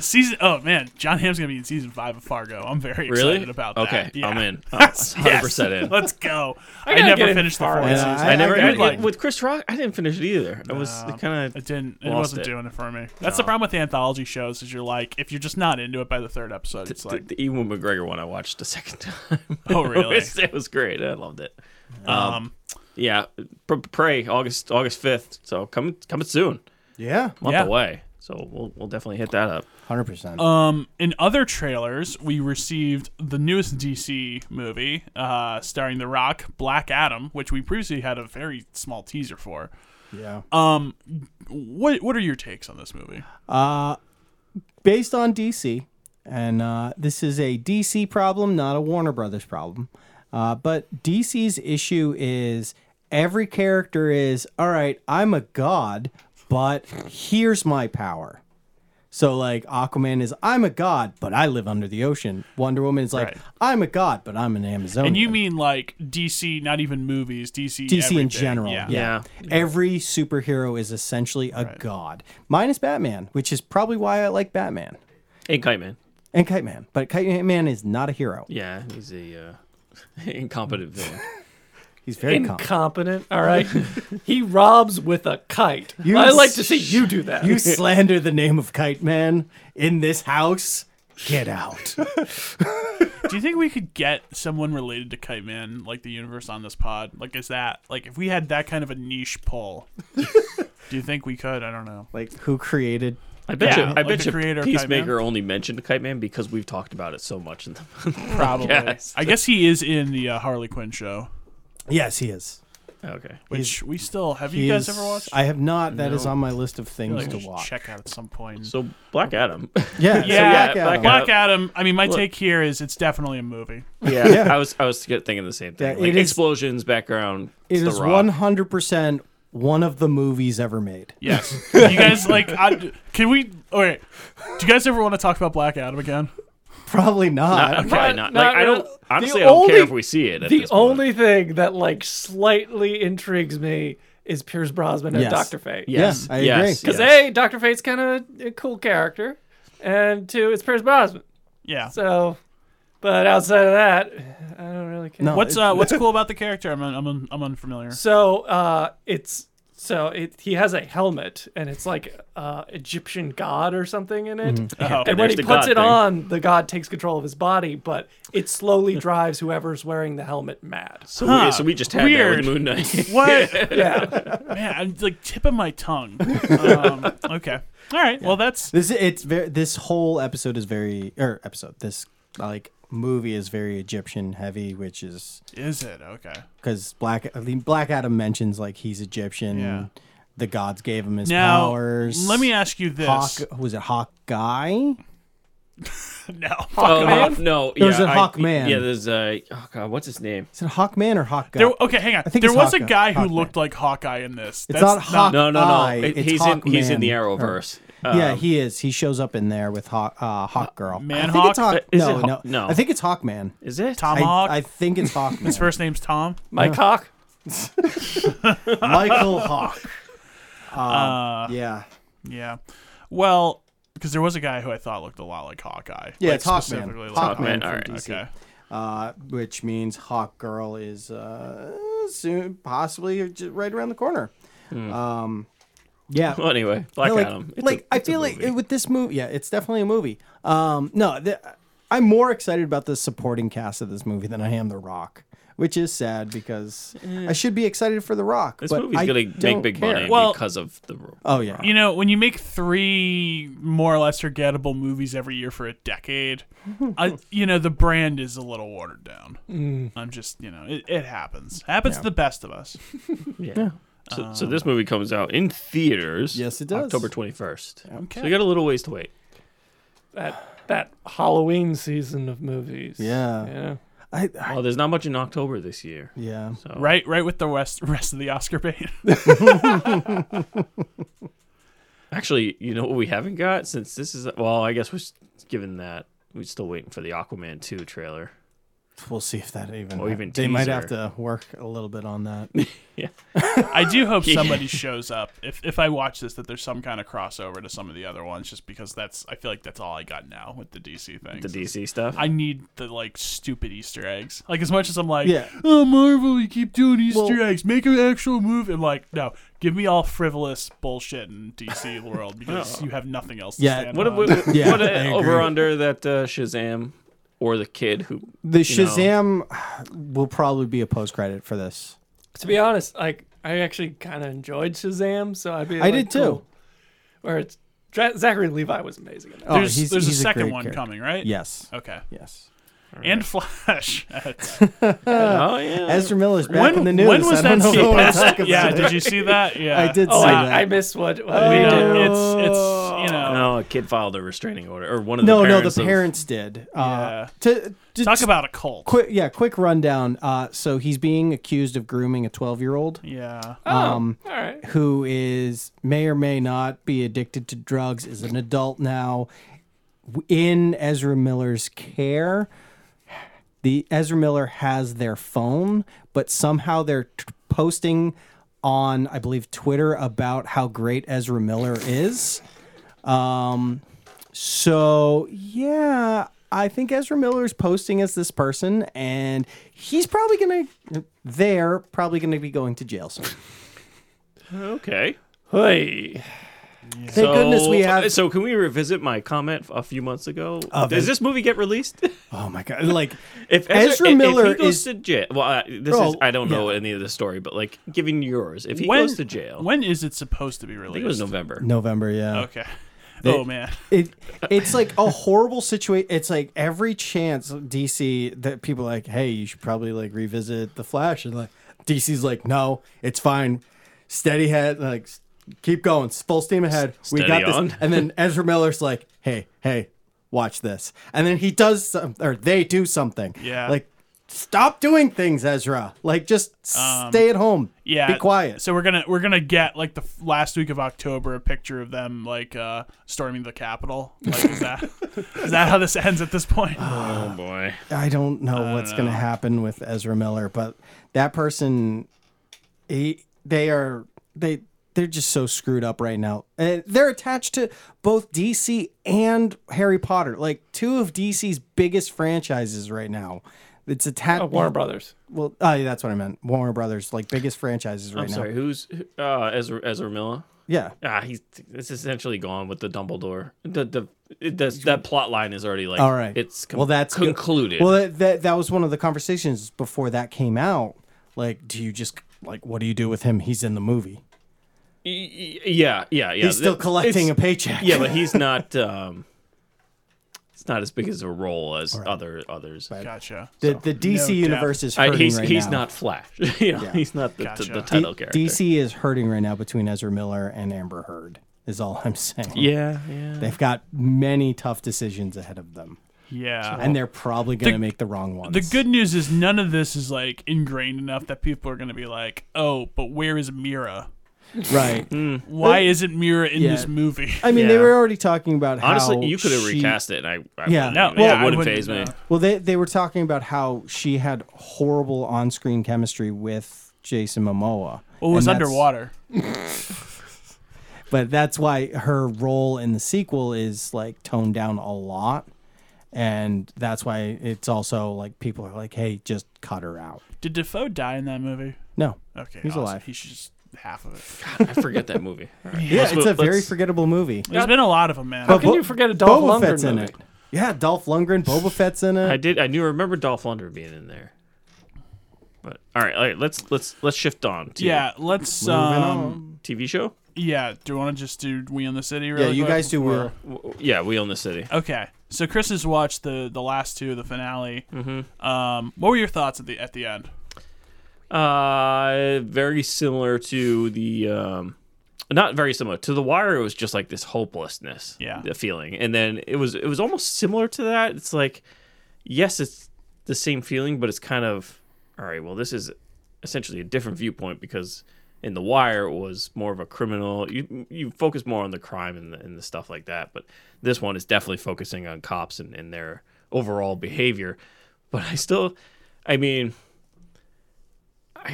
S8: season oh man, John Hamm's gonna be in season five of Fargo. I'm very
S6: Really?
S8: excited about that.
S6: Okay,
S8: Yeah.
S6: I'm in.
S8: Yes,
S6: 100% in.
S8: Let's go. I,
S7: gotta get
S8: never
S7: in
S8: finished the
S7: Fargo.
S8: fourth
S9: Yeah,
S8: season.
S9: I-
S6: I never
S8: I would
S6: I,
S8: like-
S6: with Chris Rock. I didn't finish it either. I was kind
S8: It
S6: of
S8: didn't. It
S6: Lost
S8: wasn't
S6: it.
S8: doing it for me. That's the problem with the anthology shows. Is you're like, if you're just not into it by the third episode, it's like,
S6: the, the Ewan McGregor one I watched a second time.
S8: Oh, really?
S6: it, was, it was great. I loved it.
S8: um,
S6: Yeah, P- pray August August fifth. So coming coming soon.
S9: yeah,
S6: Month
S8: Yeah.
S6: away. So we'll we'll definitely hit that up.
S9: hundred percent.
S8: Um, in other trailers, we received the newest DC movie, uh, starring The Rock, Black Adam, which we previously had a very small teaser for.
S9: Yeah.
S8: Um, what what are your takes on this movie?
S9: based on DC, and uh, this is a DC problem, not a Warner Brothers problem. Uh, but DC's issue is every character is all right. I'm a god, but here's my power. So like Aquaman is I'm a god, but I live under the ocean. Wonder Woman is like
S8: Right.
S9: I'm a god, but I'm an Amazonian.
S8: And you mean like DC, not even movies, DC,
S9: DC
S8: everything.
S9: in general.
S8: Yeah.
S9: Yeah. Every superhero is essentially a god, minus Batman, which is probably why I like Batman
S6: Hey, Kite Man.
S9: and Kite Man. But Kite Man is not a hero.
S6: Yeah, he's a uh, incompetent villain.
S9: He's very competent.
S7: Incompetent. All right, he robs with a kite.
S9: You
S7: I like
S9: s-
S7: to see you do that.
S9: You slander the name of Kite Man in this house. Get out.
S8: Do you think we could get someone related to Kite Man, like the universe, on this pod? Like, is that like if we had that kind of a niche pull? do you think we could? I don't know.
S9: like who created?
S6: I bet you.
S8: Yeah,
S6: I
S8: like
S6: bet
S8: the
S6: you.
S8: creator of Kite Man.
S6: Peacemaker only mentioned Kite Man because we've talked about it so much in the
S8: Probably.
S6: Yes.
S8: I guess he is in the uh, Harley Quinn show.
S9: Yes, he is.
S6: Okay.
S8: which we still have
S9: He
S8: you guys
S9: is-
S8: ever watched?
S9: I have not. That is on my list of things
S8: like,
S9: to
S8: we should
S9: watch.
S8: check out at some point.
S6: So Black Adam.
S9: Yeah, so
S8: Yeah,
S9: Black
S6: Black
S9: Adam.
S6: Adam.
S8: Black Adam. I mean, my take here is it's definitely a movie.
S6: Yeah, I was I was get- thinking the same thing.
S9: Yeah,
S6: like
S9: it is-
S6: explosions, background.
S9: It
S6: the
S9: is
S6: Rock.
S9: one hundred percent one of the movies ever made.
S8: Yes. you guys like? I, can we? All right. Do you guys ever want to talk about Black Adam again?
S9: Probably not.
S6: Okay,
S7: Not-
S6: not, like
S7: not
S6: I don't.
S7: really.
S6: Honestly,
S7: The
S6: I don't care
S7: only-
S6: if we see it. At
S7: the
S6: this point.
S7: only thing that like slightly intrigues me is Pierce Brosnan and
S9: Yes.
S7: Doctor Fate.
S6: Yes.
S9: Yeah, I
S6: yes.
S9: agree.
S7: Because
S6: yes.
S7: a Doctor Fate's kind of a cool character, and two, it's Pierce Brosnan.
S8: Yeah.
S7: So, but outside of that, I don't really care.
S9: No.
S8: What's uh What's cool about the character? I'm un, I'm un, I'm unfamiliar.
S7: So uh, it's so it, he has a helmet, and it's like uh, Egyptian god or something in it.
S9: Mm-hmm.
S8: Oh.
S7: And when
S6: There's
S7: he
S6: the
S7: puts
S6: god
S7: it
S6: thing.
S7: on, the god takes control of his body, but it slowly drives whoever's wearing the helmet mad.
S6: So,
S8: Huh.
S6: we, so we just had that
S8: Weird.
S6: with Moon Knight.
S8: What?
S7: Yeah,
S8: Man, I'm like tip of my tongue. Um, okay. All right. Well, that's
S9: This it's very this whole episode is very or episode this like movie is very Egyptian heavy, which is
S8: is it. Okay.
S9: because Black I mean, Black Adam mentions like he's Egyptian.
S8: Yeah.
S9: The gods gave him his
S8: Now,
S9: powers.
S8: let me ask you this.
S9: Hawk was it Hawk Guy?
S8: No.
S6: Oh, Hawk- no, yeah,
S9: was a
S6: I-
S9: Hawkman.
S6: Yeah, there's a oh god, what's his name?
S9: Is it Hawkman or Hawk Guy?
S8: There, okay, hang on.
S9: think
S8: There
S9: it's
S8: was a
S9: Hawkeye.
S8: guy who
S9: Hawkeye.
S8: looked like Hawkeye in this.
S9: it's
S8: That's
S9: not Hawk.
S6: No, no, no.
S9: Eye,
S6: It-
S9: it's
S6: he's in- he's in
S9: Hawkman.
S6: the
S9: Or-
S6: Arrowverse.
S8: oh,
S9: yeah,
S6: Um,
S9: he is. He shows up in there with Hawk, uh, Hawk Girl. I think
S8: Manhawk?
S9: it's Hawk.
S6: Uh, is it
S9: no,
S6: Haw-
S9: no,
S6: no.
S9: I think it's Hawkman.
S6: Is it
S8: Tom
S9: I,
S8: Hawk.
S9: I think it's Hawkman.
S8: His first name's Tom.
S7: my cock.
S9: Michael Hawk. Um,
S8: Uh,
S9: Yeah.
S8: yeah. Well, because there was a guy who I thought looked a lot like Hawkeye.
S9: Yeah,
S8: Like,
S9: it's Hawkman.
S8: specifically
S9: Hawkman
S6: Hawkman,
S9: from
S6: alright,
S9: DC.
S8: Okay.
S9: Uh, which means Hawk Girl is uh, soon, possibly ju- right around the corner. Um, yeah.
S6: Hmm. Well, anyway, Black
S9: Yeah, like,
S6: Adam. It's
S9: like
S6: a,
S9: I
S6: it's a
S9: feel like
S6: movie.
S9: it, with this movie, yeah, it's definitely a movie. Um, no, the, I'm more excited about the supporting cast of this movie than I am The Rock, which is sad because I should be excited for The Rock.
S6: Eh. This
S9: but
S6: movie's
S9: I
S6: gonna make
S9: don't
S6: big
S9: care.
S6: money
S8: Well-
S6: because of the.
S9: Oh yeah,
S8: You know, when you make three more or less forgettable movies every year for a decade, I, you know the brand is a little watered down.
S9: Mm.
S8: I'm just, you know, it, it happens. Happens to the best of us.
S6: So, so this movie comes out in theaters.
S9: Yes, it does.
S6: October twenty first.
S8: Okay.
S6: So you got a little ways to wait.
S7: That that Halloween season of movies.
S9: Yeah.
S7: You know?
S9: I, I-
S6: Well, there's not much in October this year.
S9: yeah.
S8: Right, right with the rest rest of the Oscar bait.
S6: Actually, you know what we haven't got since this is well, I guess we're s- given that we're still waiting for the Aquaman two trailer.
S9: We'll see if that even.
S6: Or even
S9: they might
S6: teaser.
S9: have to work a little bit on that.
S8: I do hope somebody shows up. If if I watch this, that there's some kind of crossover to some of the other ones, just because that's I feel like that's all I got now with the DC thing.
S6: The DC stuff.
S8: I need the like stupid Easter eggs. Like as much as I'm like,
S9: Yeah.
S8: oh Marvel, you keep doing Easter
S9: Well-
S8: eggs, make an actual movie. I'm like, no, give me all frivolous bullshit in DC world because you have nothing else. To
S9: Yeah,
S8: stand
S6: what if
S8: on.
S6: we,
S9: Yeah,
S6: what
S9: I
S6: if-
S9: agree.
S6: over under that uh, Shazam or the kid who
S9: The
S6: you know-
S9: Shazam will probably be a post credit for this.
S7: To be honest, like I actually kind of enjoyed Shazam, so I'd be.
S9: I
S7: like,
S9: did too.
S7: cool. Where it's Dra- Zachary Levi was amazing. In that.
S9: Oh,
S8: there's
S9: he's-
S8: there's
S9: he's
S8: a second
S9: great
S8: one
S9: character.
S8: coming, right?
S9: Yes.
S8: Okay.
S9: Yes.
S8: And Flash.
S9: Uh,
S6: Oh yeah.
S9: Ezra Miller's back
S8: when
S9: in the news.
S8: when was
S9: I don't
S8: that?
S9: know
S8: scene?
S9: what I'm talking
S8: yeah.
S9: about.
S8: Did you see that? Oh, Yeah.
S9: I did
S7: Oh,
S9: see
S7: I,
S9: that.
S7: I missed what, what
S8: You
S7: we did.
S8: know, it's it's you know.
S6: no, Oh, a kid filed a restraining order or one of the
S9: no, no,
S6: parents
S9: the
S6: of-
S9: parents did. Uh, to, to-
S8: Talk
S9: to-
S8: about a cult.
S9: quick, yeah, quick rundown. Uh, so he's being accused of grooming a 12 year old
S8: Yeah.
S9: um,
S7: All right.
S9: who is may or may not be addicted to drugs, is an adult now, w- in Ezra Miller's care. The Ezra Miller has their phone, but somehow they're t- posting on, I believe, Twitter about how great Ezra Miller is. Um, So yeah, I think Ezra Miller's posting as this person, and he's probably gonna they're probably gonna be going to jail soon.
S6: Okay.
S7: Hey.
S9: Thank goodness we have.
S6: So can we revisit my comment a few months ago? Does
S9: it-
S6: this movie get released?
S9: Oh my god! Like
S6: If
S9: Ezra
S6: Ezra, if-
S9: Miller
S6: if he goes
S9: is-
S6: to jail, well, I, this is
S9: Oh,
S6: I don't know
S9: yeah.
S6: any of the story, but like giving yours, if he
S8: when,
S6: goes to jail,
S8: When is it supposed to be
S6: I think
S8: released?
S6: it was November.
S9: November, yeah.
S8: Okay. oh man.
S9: It it's like a horrible situation. It's like every chance DC that people are like, hey, you should probably like revisit the Flash, and like DC's like, no, it's fine, steady head, like s- keep going, s- full steam ahead. we got
S6: steady
S9: this.
S6: on.
S9: And then Ezra Miller's like, hey, hey, watch this, and then he does some, or they do something,
S8: Yeah.
S9: like. Stop doing things, Ezra. Like, just stay at home.
S8: Yeah.
S9: Be quiet.
S8: So we're gonna we're gonna get like the f- last week of October a picture of them like uh storming the Capitol. Like is that is that how this ends at this point?
S9: Uh,
S6: Oh boy.
S9: I don't know what's going to happen with Ezra Miller, but that person, he, they are they they're just so screwed up right now. And they're attached to both DC and Harry Potter, like two of DC's biggest franchises right now. It's attached.
S7: Oh, Warner Brothers.
S9: Well, oh, yeah, that's what I meant. Warner Brothers, like biggest franchises right
S6: I'm
S9: now.
S6: sorry. Who's uh, Ezra Ezra Miller?
S9: Yeah,
S6: Ah, he's it's essentially gone with the Dumbledore. The the it does, that plot line is already like
S9: All right.
S6: It's com-
S9: well, that's good.
S6: concluded.
S9: Well, that, that that was one of the conversations before that came out. Like, do you just like what do you do with him? He's in the movie.
S6: Y- y- yeah, yeah, yeah.
S9: He's still
S6: It's-
S9: collecting a paycheck.
S6: Yeah, but he's not. Um, it's not as big as a role as other others.
S8: Gotcha.
S9: The, the DC
S8: No
S9: universe is
S6: I-
S9: hurting
S6: Uh, he's
S9: right
S6: he's
S9: now.
S6: not Flash. you know, He's not the, the- the
S8: Gotcha.
S6: title
S9: D-
S6: character.
S9: DC is hurting right now between Ezra Miller and Amber Heard. Is all I'm saying.
S6: Yeah, yeah.
S9: They've got many tough decisions ahead of them,
S8: Yeah.
S9: and they're probably going to make the wrong ones.
S8: the good news is none of this is like ingrained enough that people are gonna be like, oh, but where is Mira?
S9: right?
S8: Why isn't Mira in
S9: yeah.
S8: this movie?
S9: I mean, they
S6: Mm, Yeah.
S9: were already talking about how
S6: Honestly, you could have
S9: she-
S6: recast it, and I, I
S9: Yeah.
S6: wouldn't
S8: No,
S6: even-
S8: yeah,
S6: it
S8: I
S6: wouldn't
S8: wouldn't,
S6: phase me.
S8: no.
S9: Well, they they were talking about how she had horrible on-screen chemistry with Jason Momoa.
S6: Oh,
S8: Well, it was
S9: And that's-
S8: underwater.
S9: but that's why her role in the sequel is like toned down a lot and that's why it's also like people are like hey just cut her out
S8: Did Defoe die in that movie?
S9: no
S8: Okay.
S9: He's
S8: awesome.
S9: alive.
S8: He should just half of it.
S6: I forget that movie. All right.
S9: yeah it's a very
S6: let's-
S9: forgettable movie
S8: There's been a lot of them, man.
S9: But
S7: can
S9: Bo-
S7: you forget a Dolph
S9: Boba
S7: Lundgren
S9: Fett's in
S7: movie?
S9: it yeah Dolph Lundgren Boba Fett's in
S6: I
S9: it
S6: did. I knew. Remember Dolph Lundgren being in there. But all right, all right. Let's let's let's shift on. To
S8: Yeah, let's. Um,
S6: TV show.
S8: yeah, do you want to just do We on the City?
S9: Yeah,
S8: Really
S9: you
S8: quick
S9: guys do.
S8: before-
S9: We're,
S6: W- Yeah, we own the city.
S8: Okay, so Chris has watched the the last two, the finale. Mm-hmm. Um, what were your thoughts at the at the end?
S6: Uh, very similar to the um, not very similar to the Wire. It was just like this hopelessness,
S8: Yeah.
S6: the feeling, and then it was it was almost similar to that. It's like, yes, it's the same feeling, but it's kind of all right. Well, this is essentially a different viewpoint because in the Wire it was more of a criminal. You you focus more on the crime and the, and the stuff like that, but this one is definitely focusing on cops and, and their overall behavior. But I still, I mean. I-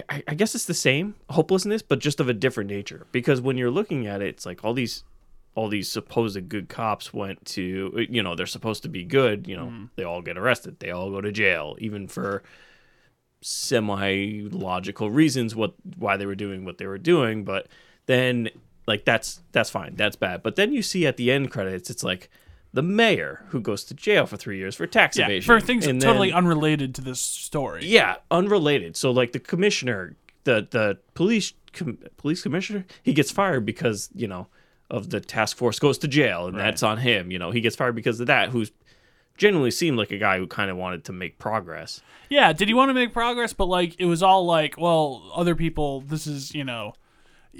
S6: I, I guess it's the same hopelessness, but just of a different nature. Because when you're looking at it, it's like all these, all these supposed good cops went to, you know, they're supposed to be good. You know,
S8: Mm-hmm.
S6: they all get arrested, they all go to jail, even for semi logical reasons what why they were doing what they were doing. But then, like that's that's fine, that's bad. But then you see at the end credits, it's like the mayor who goes to jail for three years for tax
S8: Yeah,
S6: evasion
S8: for things
S6: and
S8: totally
S6: then-
S8: unrelated to this story.
S6: yeah, unrelated. So like the commissioner, the the police com- police commissioner, he gets fired because you know of the task force goes to jail, and that's on him. You know, he gets fired because of that. Who's generally seemed like a guy who kind of wanted to make progress.
S8: Yeah, did he want to make progress? But like, it was all like, well, other people. This is you know,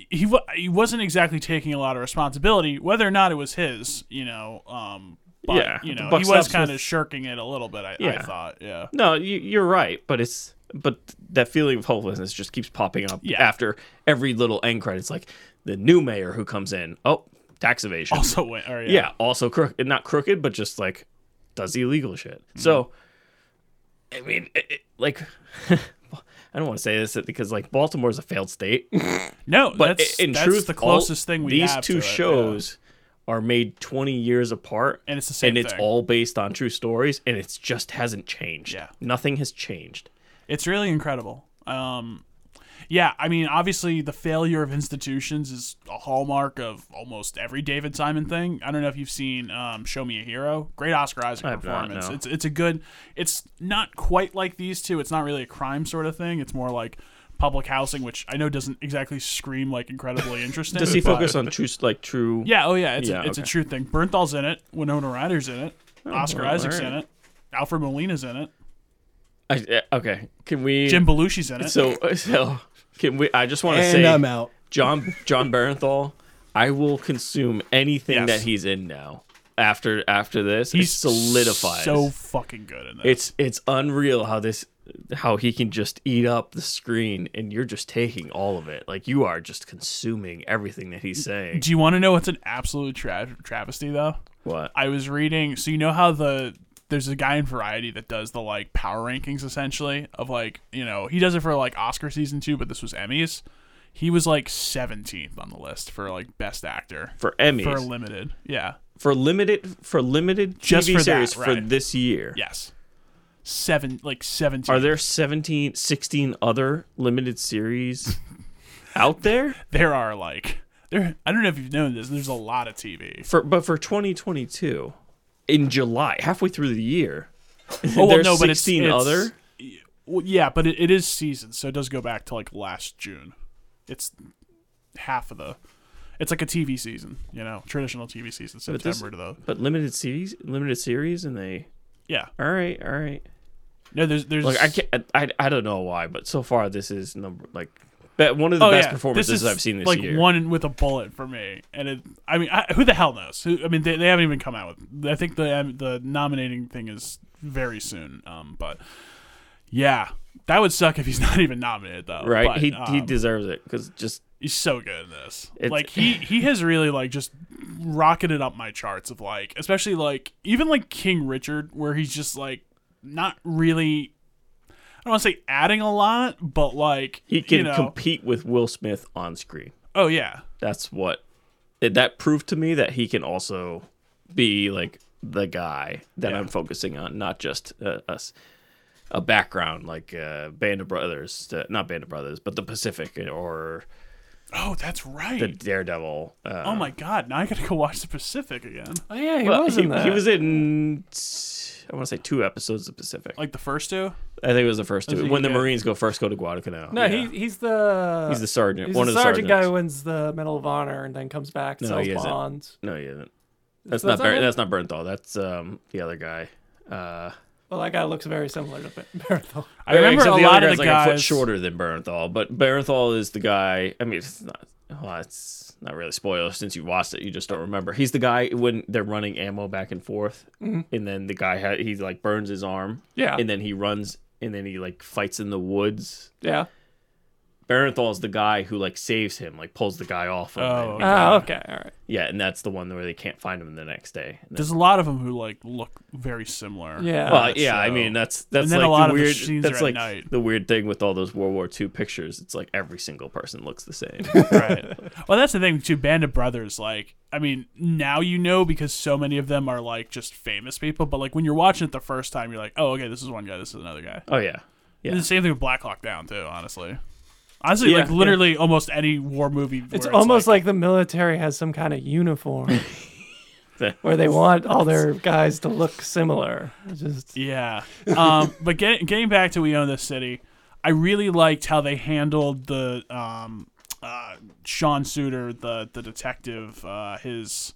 S8: he wa- he wasn't exactly taking a lot of responsibility, whether or not it was his. You know, um, but,
S6: Yeah,
S8: you
S6: the
S8: know,
S6: buck
S8: he was
S6: stops
S8: kind of
S6: with-
S8: shirking it a little bit. I, I
S6: Yeah.
S8: thought, yeah,
S6: No, you, you're right, but it's but that feeling of hopelessness just keeps popping up
S8: Yeah.
S6: after every little end credit. It's like the new mayor who comes in. Oh, tax evasion.
S8: also oh, went. Or,
S6: yeah, also crooked, not crooked, but just like does illegal shit.
S8: Mm-hmm.
S6: So, I mean, it, it- like, I don't want to say this because like Baltimore's a failed state,
S8: no,
S6: but
S8: that's,
S6: in
S8: that's
S6: truth,
S8: the
S6: all-
S8: closest thing we
S6: these
S8: have
S6: two
S8: to it, yeah.
S6: shows are made twenty years apart,
S8: And it's the same
S6: and it's
S8: thing.
S6: all based on true stories, and it's just hasn't changed.
S8: Yeah.
S6: nothing has changed.
S8: It's really incredible. Um, yeah, I mean, obviously, the failure of institutions is a hallmark of almost every David Simon thing. I don't know if you've seen um, "Show Me a Hero." Great Oscar Isaac
S6: I have not,
S8: performance.
S6: no.
S8: It's it's a good. It's not quite like these two. It's not really a crime sort of thing. It's more like public housing, which I know doesn't exactly scream like incredibly interesting.
S6: Does he
S8: but-
S6: focus on true, like true?
S8: Yeah. Oh, yeah. It's
S6: Yeah,
S8: a, it's a
S6: okay. Oh,
S8: true thing. Bernthal's in it. Winona Ryder's in it. Oscar
S6: well,
S8: Isaac's in
S6: alright.
S8: it. Alfred Molina's in it.
S6: I, yeah, okay, can we?
S8: Jim Belushi's in it.
S6: so so can we? I just want to
S9: and
S6: say
S9: I'm out.
S6: John John Barenthal, I will consume anything
S8: Yes.
S6: that he's in now. After after this,
S8: he's
S6: it solidifies.
S8: So fucking good in this.
S6: it's it's unreal how this how he can just eat up the screen and you're just taking all of it. Like you are just consuming everything that he's saying.
S8: Do you want to know what's an absolute tra- travesty though?
S6: What?
S8: I was reading. So you know how the there's a guy in Variety that does the like power rankings essentially of like you know he does it for like Oscar season two, but this was Emmys. He was like 17th on the list for like best actor
S6: for Emmys.
S8: for
S6: For,
S8: limited. Yeah.
S6: limited for limited
S8: Just
S6: TV
S8: for that,
S6: series for
S8: right.
S6: this year.
S8: Yes. Seven like 17.
S6: Are there 17 16 other limited series out there?
S8: There are like there. I don't know if you've known this. There's a lot of TV.
S6: for but for 2022 in July, halfway through the year.
S8: Oh well,
S6: there's
S8: no, but it's,
S6: 16
S8: it's-
S6: other.
S8: Well, yeah, but it, it is season, so it does go back to like last June. It's half of the. It's like a TV season, you know, traditional TV season,
S6: But this-
S8: September to the.
S6: but limited series, limited series, and they.
S8: Yeah,
S6: All right, all right.
S8: no, there's there's
S6: Look, I can't. I, I don't know why, but so far this is number like be, one of the
S8: Oh,
S6: best
S8: yeah.
S6: performances
S8: This is
S6: I've seen this
S8: like
S6: year.
S8: one with a bullet for me, and it. I mean, I, who the hell knows? Who, I mean, they, they haven't even come out with. I think the um, the nominating thing is very soon. Um, but yeah, that would suck if he's not even nominated though.
S6: right?
S8: But,
S6: he he
S8: um,
S6: deserves it because just
S8: He's so good in this.
S6: It's-
S8: like he he has really like just rocketed up my charts of like especially like even like King Richard where he's just like not really I don't want to say adding a lot, but like
S6: he can
S8: you know,
S6: compete with Will Smith on screen.
S8: Oh yeah.
S6: That's what that proved to me that he can also be like the guy that
S8: Yeah.
S6: I'm focusing on, not just uh, us a background like uh, Band of Brothers, uh, not Band of Brothers, but The Pacific or
S8: Oh, that's right.
S6: the Daredevil. Uh,
S8: oh my god! Now I gotta go watch the Pacific again.
S7: Oh yeah, he
S6: well,
S7: was
S6: he,
S7: in that.
S6: he was in. t- I want to say two episodes of Pacific.
S8: Like the first two.
S6: I think it was the first two.
S8: he
S6: When the
S8: did.
S6: Marines go first, go to Guadalcanal.
S7: no, he, he's the
S6: He's the sergeant,
S7: He's
S6: one
S7: the
S6: of the
S7: sergeant guy
S6: sergeants.
S7: who wins the Medal of Honor and then comes back and
S6: No,
S7: sells
S6: he isn't.
S7: bonds.
S6: no, he isn't. That's
S7: that
S6: not Bar-
S7: someone?
S6: that's not Bernthal. That's um the other guy. Uh,
S7: Well, that guy looks very similar to Bar- Barathol.
S8: I remember
S6: except
S8: a
S6: the
S8: lot
S6: other
S8: of
S6: guy's
S8: the
S6: like
S8: guys.
S6: a foot shorter than Bernthal, but Bernthal is the guy. I mean, it's not. Well, it's not really spoilers since you watched it. You just don't remember. He's the guy when they're running ammo back and forth,
S8: Mm-hmm.
S6: and then the guy ha- he like burns his arm.
S7: Yeah.
S6: and then he runs, and then he like fights in the woods.
S7: Yeah.
S6: Barenthal's the guy who like saves him, like pulls the guy off. Of
S8: Oh,
S6: him.
S8: okay.
S7: Oh, okay. All right.
S6: Yeah, and that's the one where they can't find him the next day. And
S8: There's a lot of them who like look very similar.
S7: Yeah.
S6: Well,
S8: that
S6: yeah, I
S8: show.
S6: mean that's that's
S8: then
S6: like
S8: a lot
S6: the
S8: of the
S6: weird.
S8: scenes
S6: that's
S8: are at
S6: like
S8: night.
S6: the weird thing with all those World War II pictures. It's like every single person looks the same.
S8: right. Well, that's the thing too. Band of Brothers, like, I mean, now you know because so many of them are like just famous people. But like when you're watching it the first time, you're like, oh, okay, this is one guy, this is another guy.
S6: oh yeah, yeah.
S8: And the same thing with Black Hawk Down too. Honestly, honestly,
S6: Yeah,
S8: like
S6: yeah.
S8: literally almost any war movie. where
S7: It's almost like, the military has some kind of uniform where they want all their guys to look similar. It's Just
S8: Yeah. Um, but get, getting back to We Own This City, I really liked how they handled the um, uh, Sean Suter, the, the detective, uh, his.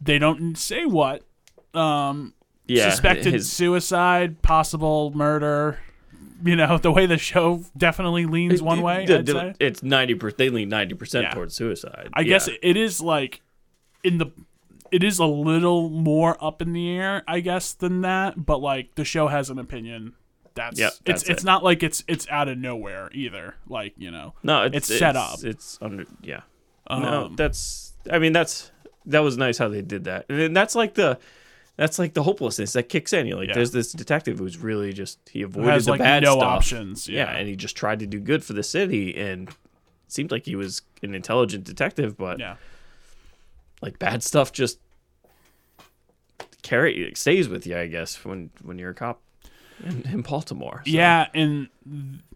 S8: They don't say what. Um,
S6: yeah,
S8: suspected
S6: his-
S8: suicide, possible murder. You know, the way the show definitely leans one way.
S6: the-
S8: I'd
S6: the-
S8: say.
S6: It's ninety percent. They lean ninety percent
S8: Yeah.
S6: towards suicide.
S8: I guess
S6: Yeah.
S8: it, it is like in the it is a little more up in the air, I guess, than that. But like the show has an opinion. That's,
S6: Yep, that's
S8: it's it's
S6: it.
S8: not like it's it's out of nowhere either. Like you know,
S6: no, it's,
S8: it's set up. Um,
S6: It's under. Yeah. no, that's. I mean, that's that was nice how they did that, and then that's like the. That's like the hopelessness that kicks in. You're like,
S8: Yeah.
S6: there's this detective who's really just he
S8: It
S6: avoided
S8: has
S6: the
S8: like
S6: bad
S8: no
S6: stuff.
S8: options.
S6: yeah.
S8: Yeah,
S6: and he just tried to do good for the city and it seemed like he was an intelligent detective but
S8: yeah.
S6: like bad stuff just carry it stays with you i guess when when you're a cop in, in baltimore so.
S8: Yeah, and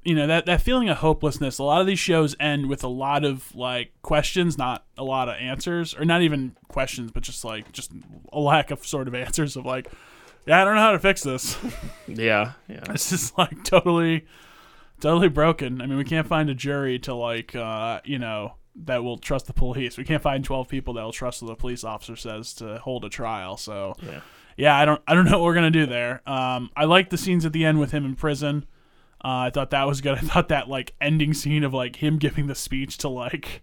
S8: you know that that feeling of hopelessness. A lot of these shows end with a lot of like questions, not a lot of answers, or not even questions, but just like just a lack of sort of answers of like, yeah, I don't know how to fix this.
S6: yeah yeah
S8: this is like totally, totally broken. I mean, we can't find a jury to like, uh, you know, that will trust the police. We can't find twelve people that will trust what the police officer says to hold a trial. So
S6: yeah
S8: yeah, I don't I don't know what we're gonna do there. Um, I like the scenes at the end with him in prison. Uh, I thought that was good. I thought that like ending scene of like him giving the speech to like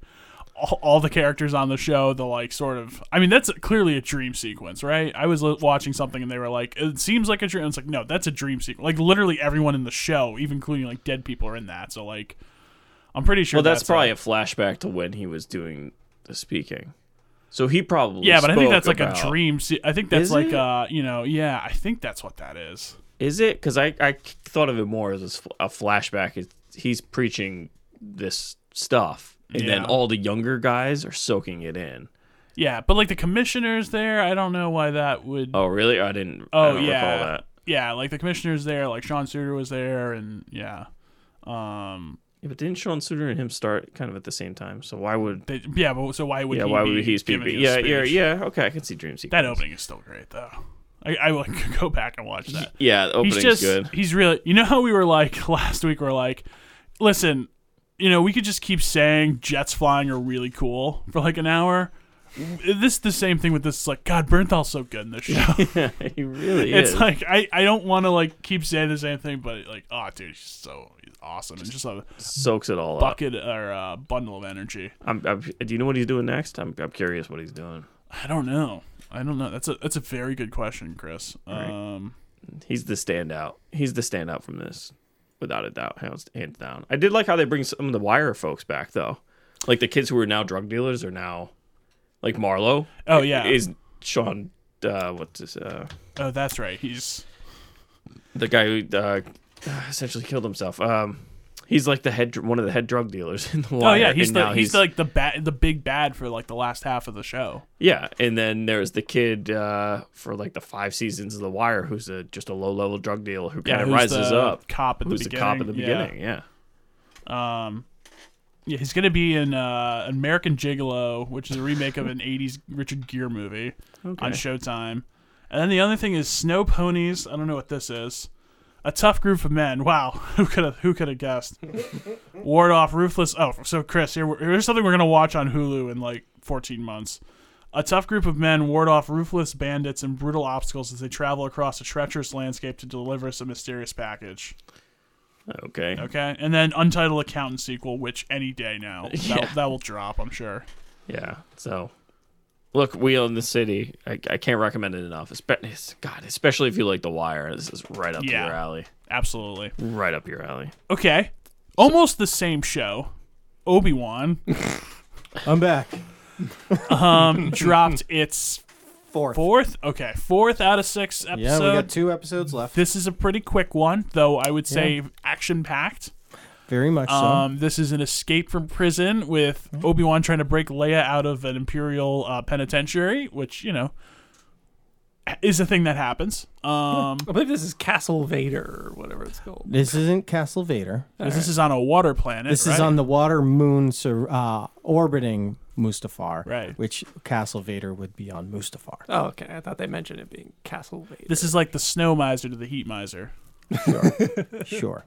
S8: all, all the characters on the show. The like sort of I mean that's clearly a dream sequence, right? I was l- watching something and they were like, it seems like a dream. It's like no, that's a dream sequence. Like literally everyone in the show, even including like dead people, are in that. So like, I'm pretty sure.
S6: well that's,
S8: that's
S6: probably
S8: a-
S6: a flashback to when he was doing the speaking so he probably
S8: yeah, but I think
S6: spoke
S8: that's like
S6: about-
S8: a dream. Se- I think that's
S6: Is
S8: like
S6: it?
S8: uh, you know, yeah, I think that's what that is.
S6: Is it? Because I, I thought of it more as a s- a flashback. It's, he's preaching this stuff, and then
S8: Yeah.
S6: all the younger guys are soaking it in.
S8: Yeah, but like the commissioners there, I don't know why that would.
S6: Oh, really? I didn't. I
S8: Oh,
S6: don't
S8: yeah,
S6: recall that.
S8: yeah, like the commissioners there, like Sean Suter was there, and yeah, um,
S6: Yeah, but didn't Sean Suter and him start kind of at the same time? So why would?
S8: they, yeah, but so why would
S6: yeah,
S8: he
S6: why
S8: be
S6: would he's
S8: giving
S6: PB?
S8: a
S6: Yeah, yeah,
S8: speech?
S6: yeah. Okay, I can see dream sequence.
S8: That opening is still great though. I, I will go back and watch that.
S6: Yeah, the opening's
S8: he's just
S6: good.
S8: he's really you know how we were like last week we're like listen you know we could just keep saying jets flying are really cool for like an hour this is the same thing with this it's like god Bernthal's so good in this show
S6: he really
S8: it's
S6: is.
S8: like I, I don't want to like keep saying the same thing but like oh dude he's so he's awesome and just a
S6: Soaks it all up.
S8: bucket or a bundle of energy
S6: I'm, I'm, do you know what he's doing next? I'm, I'm curious what he's doing.
S8: I don't know I don't know that's a that's a very good question Chris um
S6: He's the standout. He's the standout from this, without a doubt, hands, hands down. I did like how they bring some of the Wire folks back, though. Like the kids who are now drug dealers are now, like Marlo.
S8: oh yeah
S6: Is Sean? Uh, what's his? Uh,
S8: oh that's right he's
S6: the guy who uh, essentially killed himself. Um, he's like the head, one of the head drug dealers in the
S8: Oh
S6: Wire.
S8: yeah, he's
S6: and
S8: the
S6: now
S8: he's, like the bad the big bad for like the last half of the show.
S6: yeah. And then there's the kid uh, for like the five seasons of the Wire, who's a, just a low level drug dealer who kind
S8: yeah,
S6: of
S8: who's
S6: rises
S8: the
S6: up.
S8: Cop at
S6: Who's
S8: the
S6: the
S8: beginning.
S6: cop at the beginning? Yeah.
S8: Yeah. Um, Yeah, he's gonna be in uh, American Gigolo, which is a remake of an '80s Richard Gere movie on Showtime. And then the other thing is Snow Ponies. I don't know what this is. A tough group of men. Wow, who could have who could have guessed? Ward off ruthless. Oh, so Chris, here, here's something we're gonna watch on Hulu in like 14 months. A tough group of men ward off ruthless bandits and brutal obstacles as they travel across a treacherous landscape to deliver us a mysterious package.
S6: Okay.
S8: Okay, and then Untitled Accountant sequel, which any day now
S6: Yeah.
S8: that, that will drop, I'm sure.
S6: Yeah. So, look, We Own the City. I, I can't recommend it enough. Espe- it's- God, especially if you like The Wire. This is right up
S8: Yeah.
S6: your alley.
S8: Absolutely.
S6: Right up your alley.
S8: Okay, almost the same show. Obi Wan
S9: I'm back.
S8: um, dropped its
S9: Fourth.
S8: fourth. Okay, fourth out of six episode.
S9: Yeah, we got two episodes left.
S8: This is a pretty quick one, though. I would say action packed.
S9: Very much so.
S8: Um, this is an escape from prison with Obi Wan trying to break Leia out of an imperial uh, penitentiary, which you know is a thing that happens. Um,
S7: I believe this is Castle Vader or whatever it's called.
S9: this isn't Castle Vader.
S8: 'cause this is on a water planet.
S9: This is
S8: right?
S9: on the water moon sur- uh, orbiting Mustafar,
S8: Right.
S9: which Castle Vader would be on Mustafar.
S7: Oh, okay. I thought they mentioned it being Castle Vader.
S8: This is like the snow miser to the heat miser.
S9: Sure.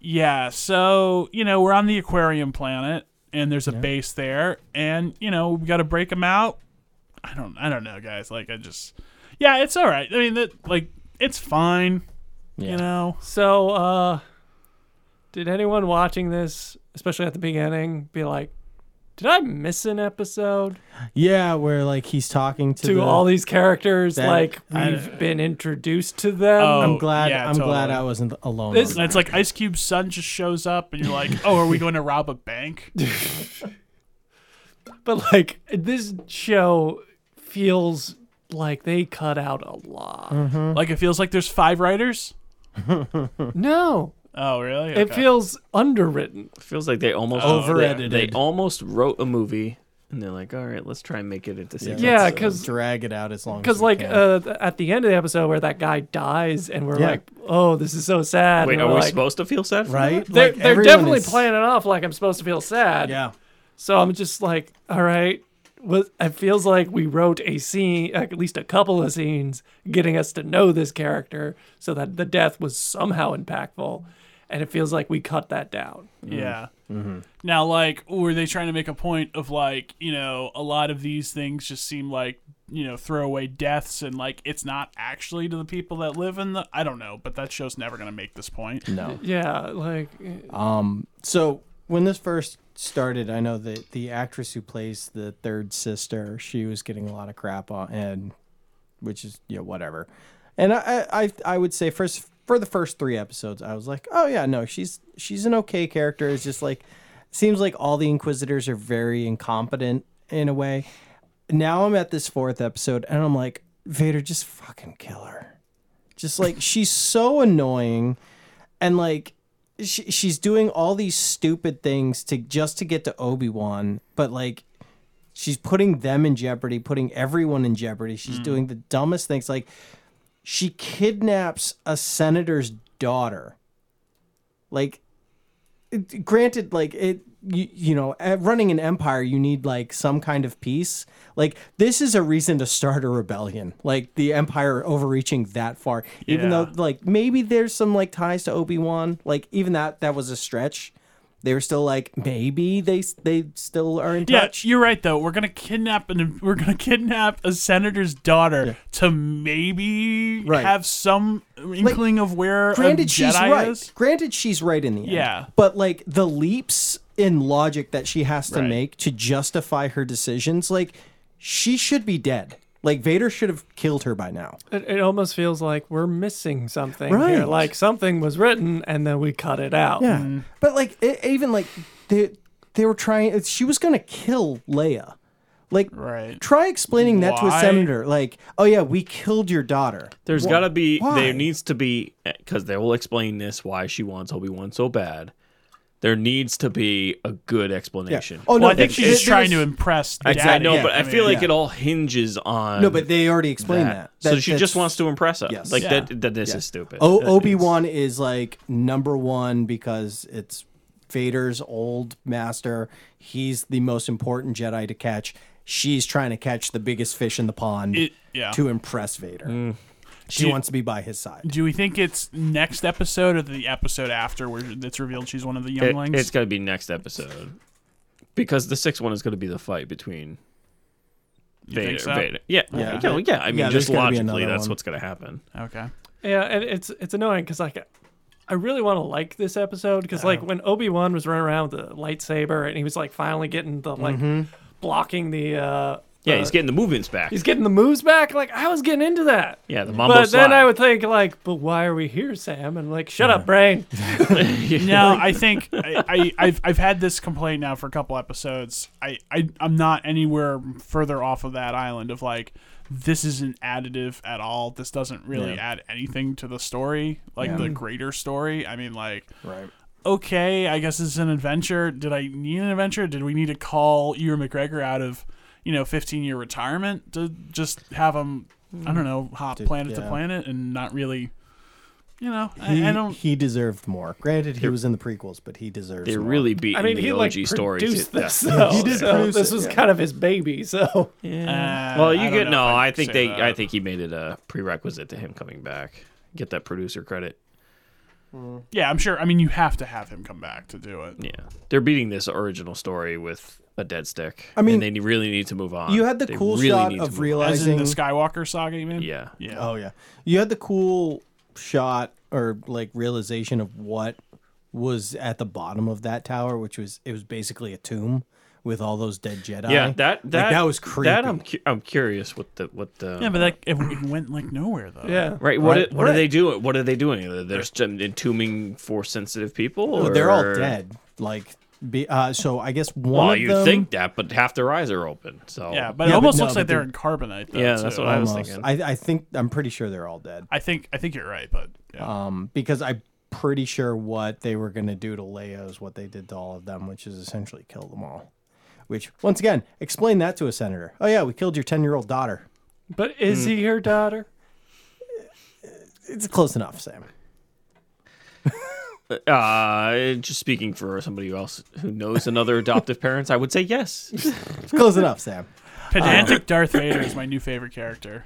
S8: Yeah, so you know we're on the aquarium planet, and there's a base there, and you know we got to break them out. I don't, I don't know, guys. Like I just, yeah, it's all right. I mean, that like it's fine. You
S9: Yeah.
S8: know,
S7: So, uh, did anyone watching this, especially at the beginning, be like, did I miss an episode?
S9: Yeah, where like he's talking to,
S7: To
S9: the-
S7: all these characters,
S9: That-
S7: like
S9: I-
S7: we've been introduced to them.
S8: Oh,
S9: I'm glad.
S8: yeah,
S9: I'm glad
S8: totally.
S9: I wasn't alone.
S7: This-
S9: on
S8: And
S9: that.
S8: it's like Ice Cube's son just shows up, and you're like, oh, are we going to rob a bank?
S7: But like this show feels like they cut out a lot.
S8: like it feels like there's five writers.
S7: No,
S8: Oh, really?
S7: it feels underwritten.
S6: It feels like they almost
S9: Over-edited.
S6: They, they almost wrote a movie, and they're like, "All right, let's try and make it into six.
S7: Yeah,
S9: let's, uh,
S7: 'cause-
S9: drag it out as long.
S7: Because
S9: as we
S7: like
S9: can.
S7: uh, th- at the end of the episode where that guy dies, and we're
S9: Yeah.
S7: like, oh, this is so sad.
S6: Wait,
S7: and
S6: are
S7: we're
S6: we
S7: like-
S6: supposed to feel sad? For
S9: right?
S6: that?
S7: They're,
S9: Like,
S7: they're
S9: everyone
S7: definitely
S9: is-
S7: playing it off like I'm supposed to feel sad.
S9: Yeah.
S7: So I'm just like, all right. Well, it feels like we wrote a scene, at least a couple of scenes, getting us to know this character so that the death was somehow impactful. And it feels like we cut that down.
S9: Mm-hmm.
S8: Yeah. Now, like, were they trying to make a point of like, you know, a lot of these things just seem like, you know, throwaway deaths, and like, it's not actually to the people that live in the. I don't know, but that show's never gonna make this point.
S9: No.
S7: Yeah, like eh,
S9: So when this first started, I know that the actress who plays the third sister, she was getting a lot of crap on, and which is you know whatever. And I I I- I would say first for the first three episodes, I was like, oh yeah, no, she's she's an okay character. It's just like seems like all the Inquisitors are very incompetent in a way. Now I'm at this fourth episode, and I'm like, Vader, just fucking kill her. Just like she's so annoying, and like she, she's doing all these stupid things to just to get to Obi Wan, but like she's putting them in jeopardy, putting everyone in jeopardy.
S8: Mm.
S9: She's doing the dumbest things. Like she kidnaps a senator's daughter. Like, it- granted, like it, you, you know, eh, running an empire, you need like some kind of peace. Like this is a reason to start a rebellion. Like the empire overreaching that far, even
S8: Yeah.
S9: though like maybe there's some like ties to Obi Wan. Like even that that was a stretch. They were still like maybe they they still are in
S8: Yeah,
S9: touch.
S8: you're right though. We're gonna kidnap an we're gonna kidnap a senator's daughter to maybe
S9: Right.
S8: have some inkling of where a
S9: granted
S8: Jedi
S9: she's right.
S8: is.
S9: Granted she's right in the end.
S8: Yeah.
S9: But like the leaps in logic that she has to
S8: Right.
S9: make to justify her decisions, like she should be dead. Like Vader should have killed her by now.
S7: it, it almost feels like we're missing something here.
S9: Right.
S7: Like something was written and then we cut it out.
S8: Mm-hmm.
S9: But like it, even like they they were trying she was going to kill Leia. Like
S8: Right.
S9: try explaining that to a
S8: Why?
S9: senator like, "Oh yeah, we killed your daughter."
S6: There's got to be
S9: why?
S6: there needs to be because they will explain this why she wants Obi Wan so bad. There needs to be a good explanation.
S9: Oh no,
S8: Well, I think
S9: there-
S8: she's
S9: there-
S8: just trying to
S9: there's-
S8: impress.
S6: I, I
S8: daddy.
S6: know,
S9: yeah,
S6: but I,
S8: I
S6: feel
S8: mean,
S6: like it all hinges on
S9: No, but they already explained that.
S6: so
S9: That-
S6: she
S9: that's-
S6: just wants to impress us.
S9: Yes.
S6: Like
S8: Yeah.
S6: that. That this is stupid.
S9: O-
S6: That
S9: Obi
S6: is-
S9: Wan is like number one because it's Vader's old master. He's the most important Jedi to catch. She's trying to catch the biggest fish in the pond
S8: It- yeah.
S9: to impress Vader. She
S8: Do you-
S9: wants to be by his side.
S8: Do we think it's next episode or the episode after where it's revealed she's one of the
S6: It,
S8: younglings?
S6: it's got to be next episode because the sixth one is going to be the fight between
S8: think
S6: Vader.
S8: so?
S6: Vader. Yeah, yeah,
S9: Yeah.
S6: no, yeah. I mean,
S9: Yeah,
S6: just
S9: there's gotta be
S6: logically,
S9: another
S6: that's
S9: one.
S6: what's going to happen.
S8: okay.
S7: Yeah, and it's it's annoying because like I really want to like this episode because like when Obi Wan was running around with the lightsaber and he was like finally getting the like blocking the uh
S6: Mm-hmm. Yeah,
S7: uh,
S6: he's getting the movements back.
S7: he's getting the moves back. Like I was getting into that.
S6: yeah, the
S7: But
S6: mambo
S7: then I
S6: slide.
S7: would think like, but why are we here, Sam? And like, shut up, brain.
S8: No, I think I, I, I've I've had this complaint now for a couple episodes. I, I I'm not anywhere further off of that island of like this isn't additive at all. This doesn't really add anything to the story, like the greater story. I mean, like
S9: Right.
S8: okay, I guess it's an adventure. Did I need an adventure? Did we need to call Ewan McGregor out of you know 15 year retirement to just have him? I don't know, hop planet to
S9: Hmm. yeah.
S8: planet and not really. You know,
S9: He,
S8: I, I don't.
S9: he deserved more. Granted, he was in the prequels, but he deserves
S6: they
S9: more.
S6: really beat
S7: I mean,
S6: the E
S7: he
S6: OG
S7: like
S6: stories.
S7: produced
S6: Yeah.
S7: this. Though,
S9: He did
S7: so
S9: produce
S7: this
S9: it,
S7: was
S9: yeah.
S7: kind of his baby. So
S8: Uh,
S6: Well,
S8: I
S6: you
S8: don't
S6: get
S8: know
S6: no.
S8: if
S6: I
S8: can
S6: think they.
S8: say that.
S6: I think he made it a prerequisite to him coming back. Get that producer credit.
S8: Yeah, I'm sure. I mean, you have to have him come back to do it.
S6: Yeah, they're beating this original story with a dead stick.
S9: I mean,
S6: and they really need to move on.
S9: You had the
S6: They
S9: cool
S6: really
S9: shot
S6: need to move on.
S9: of
S8: As
S9: realizing
S8: in the Skywalker saga, you mean?
S6: Yeah.
S8: Yeah.
S9: Oh yeah. You had the cool shot or like realization of what was at the bottom of that tower, which was it was basically a tomb with all those dead Jedi.
S6: Yeah, that
S9: Like,
S6: that
S9: that was creepy.
S6: That um, I'm cu- I'm curious what the what the
S8: Yeah, but that it, it went like nowhere though.
S7: yeah,
S6: right what
S9: Right,
S6: it- what are
S9: right.
S6: they doing? What are they doing? They're just entombing force sensitive people.
S9: Oh, They're all
S6: or-
S9: dead. Like be, uh, so I guess one
S6: Well,
S9: of
S6: you
S9: them-
S6: think that, but half their eyes are open. So
S8: Yeah, but it
S9: Yeah, but
S8: almost
S9: no,
S8: looks
S9: but
S8: like they're
S9: they-
S8: in carbonite. Though,
S6: Yeah,
S8: too.
S6: that's what I was
S9: almost.
S6: thinking.
S9: I, I think I'm pretty sure they're all dead.
S8: I think. I think you're right, but yeah.
S9: Um because I'm pretty sure what they were gonna do to Leia is what they did to all of them, which is essentially kill them all. Which once again, explain that to a senator. Oh yeah, we killed your ten year old daughter.
S7: but is
S6: Hmm.
S7: he her daughter?
S9: It's close enough, Sam.
S6: Uh, just speaking for somebody else who knows another adoptive parents, I would say yes.
S9: It's close enough, Sam.
S6: uh,
S8: pedantic Darth Vader is my new favorite character.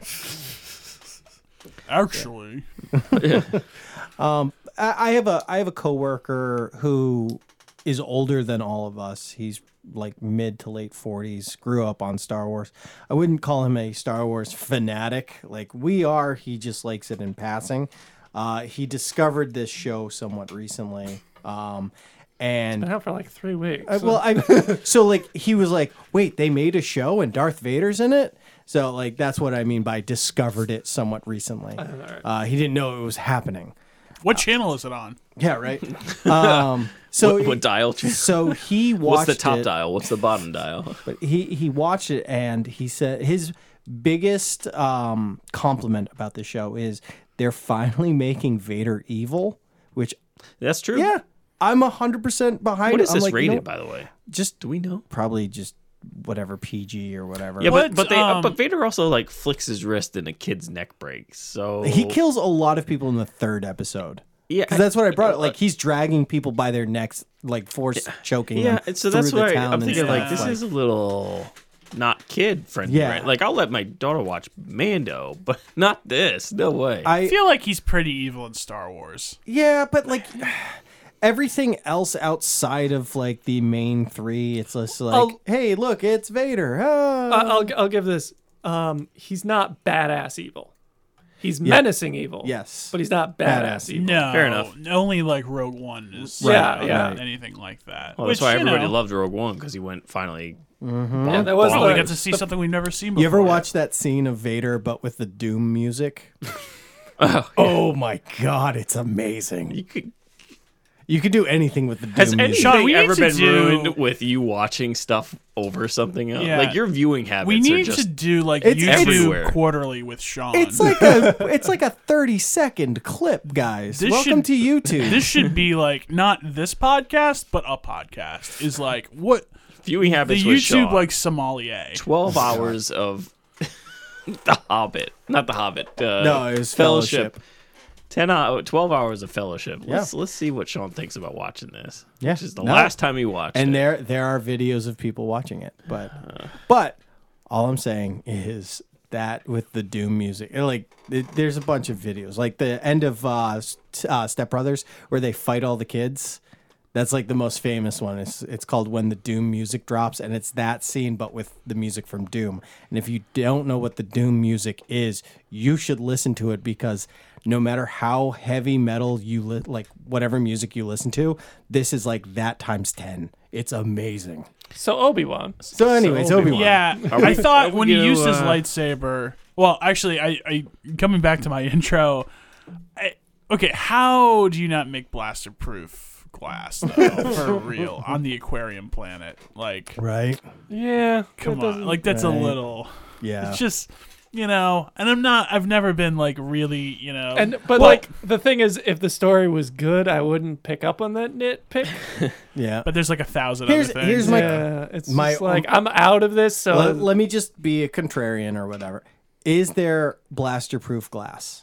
S8: Actually,
S9: I I have a I have a coworker who is older than all of us. He's like mid to late forties. Grew up on Star Wars. I wouldn't call him a Star Wars fanatic like we are. He just likes it in passing. Uh, he discovered this show somewhat recently, um, and
S7: Been out for like three weeks.
S9: I- Uh, well, I so like he was like, wait, they made a show and Darth Vader's in it. So like that's what I mean by discovered it somewhat recently. Uh, he didn't know it was happening.
S6: Uh,
S8: what channel is it on?
S9: Yeah, right. um, so
S6: what dial?
S9: so he watched
S6: What's the top
S9: it,
S6: dial? What's the bottom dial?
S9: But he he watched it and he said his biggest um, compliment about the show is they're finally making Vader evil, which
S6: That's true.
S9: yeah, I'm hundred percent behind.
S6: What is
S9: I'm
S6: this
S9: like, you
S6: rated,
S9: know,
S6: by the way?
S9: Just
S6: Do we know?
S9: probably just whatever PG or whatever.
S6: Yeah,
S8: What,
S6: but but they uh,
S8: um,
S6: but Vader also like flicks his wrist and a kid's neck breaks. So
S9: he kills a lot of people in the third episode.
S6: Yeah, uh,
S9: Because that's what I brought. Like he's dragging people by their necks, like force choking
S6: Yeah,
S9: them.
S6: and so that's
S9: through the
S6: why
S9: town
S6: I'm
S9: and
S6: thinking like
S9: stuff,
S6: this is a little not kid friendly,
S9: Yeah.
S6: right? Like I'll let my daughter watch Mando, but not this. No way.
S8: I
S9: I
S8: feel like he's pretty evil in Star Wars.
S9: Yeah, but like everything else outside of like the main three, it's just like,
S7: Oh.
S9: hey, look, it's Vader. Ah.
S6: Uh,
S7: I- I'll I'll give this. Um, he's not badass evil. He's menacing evil.
S9: Yes.
S7: but he's not badass,
S9: Badass.
S7: evil.
S8: No,
S6: Fair enough.
S8: Only like Rogue One is
S7: Right,
S8: uh,
S7: yeah.
S8: anything like that.
S6: well,
S8: Which,
S6: that's why
S8: you
S6: everybody
S8: know,
S6: loved Rogue One because he went finally.
S7: Yeah, that was
S8: Oh, we
S7: the,
S8: got to see something we've never seen before.
S9: you ever watch that scene of Vader but with the doom music? oh, my god, it's amazing.
S6: You could,
S9: You could do anything with the doom
S6: has
S9: music.
S8: Sean,
S6: anything
S8: we need
S6: ever
S8: to
S6: been
S8: do-
S6: ruined with you watching stuff over something else?
S8: Yeah.
S6: Like your viewing habits
S8: We
S6: are
S8: need
S6: just
S8: to do like
S9: It's
S8: YouTube
S6: everywhere.
S8: quarterly with Sean.
S9: It's like a it's like a 30 second clip, guys.
S8: This
S9: Welcome
S8: should-
S9: to YouTube.
S8: this should be like not this podcast, but a podcast. Is like what
S6: viewing
S8: the
S6: habits with
S8: YouTube
S6: Sean.
S8: like sommelier.
S6: twelve hours of the Hobbit, not the Hobbit. Uh,
S9: no, it was fellowship.
S6: 10 hour, 12 hours of fellowship. Let's
S9: Yeah.
S6: let's see what Sean thinks about watching this.
S9: Yeah,
S6: Which is the
S9: no.
S6: last time he watched
S9: and
S6: it.
S9: there there are videos of people watching it but but all i'm saying is that with the doom music it, like it, there's a bunch of videos like the end of uh, S- uh step brothers where they fight all the kids that's like the most famous one it's it's called when the doom music drops and it's that scene but with the music from doom and if you don't know what the doom music is you should listen to it because no matter how heavy metal you li- like whatever music you listen to this is like that times 10 it's amazing
S7: So Obi Wan.
S9: so anyways
S6: Obi-Wan.
S9: obi-wan
S8: Yeah,
S6: we-
S8: I
S6: are
S8: thought
S6: we
S8: when he
S6: gonna,
S8: used his
S6: uh,
S8: lightsaber. Well, actually, I, I coming back to my intro. I, okay, how do you not make blaster proof glass though, for real on the aquarium planet? Like,
S9: right
S7: Yeah.
S8: come
S7: that doesn't-
S8: on, like that's a
S9: right.
S8: little.
S9: yeah
S8: It's just you know, and I'm not. I've never been like really you know.
S7: And but
S8: well,
S7: like the thing is, if the story was good, I wouldn't pick up on that nitpick.
S9: yeah
S8: but there's like a thousand
S9: Here's-
S8: other things.
S9: here's my-
S7: yeah, it's
S9: my-
S7: just like I'm out of this. So
S9: let, let me just be a contrarian or whatever is there blaster proof glass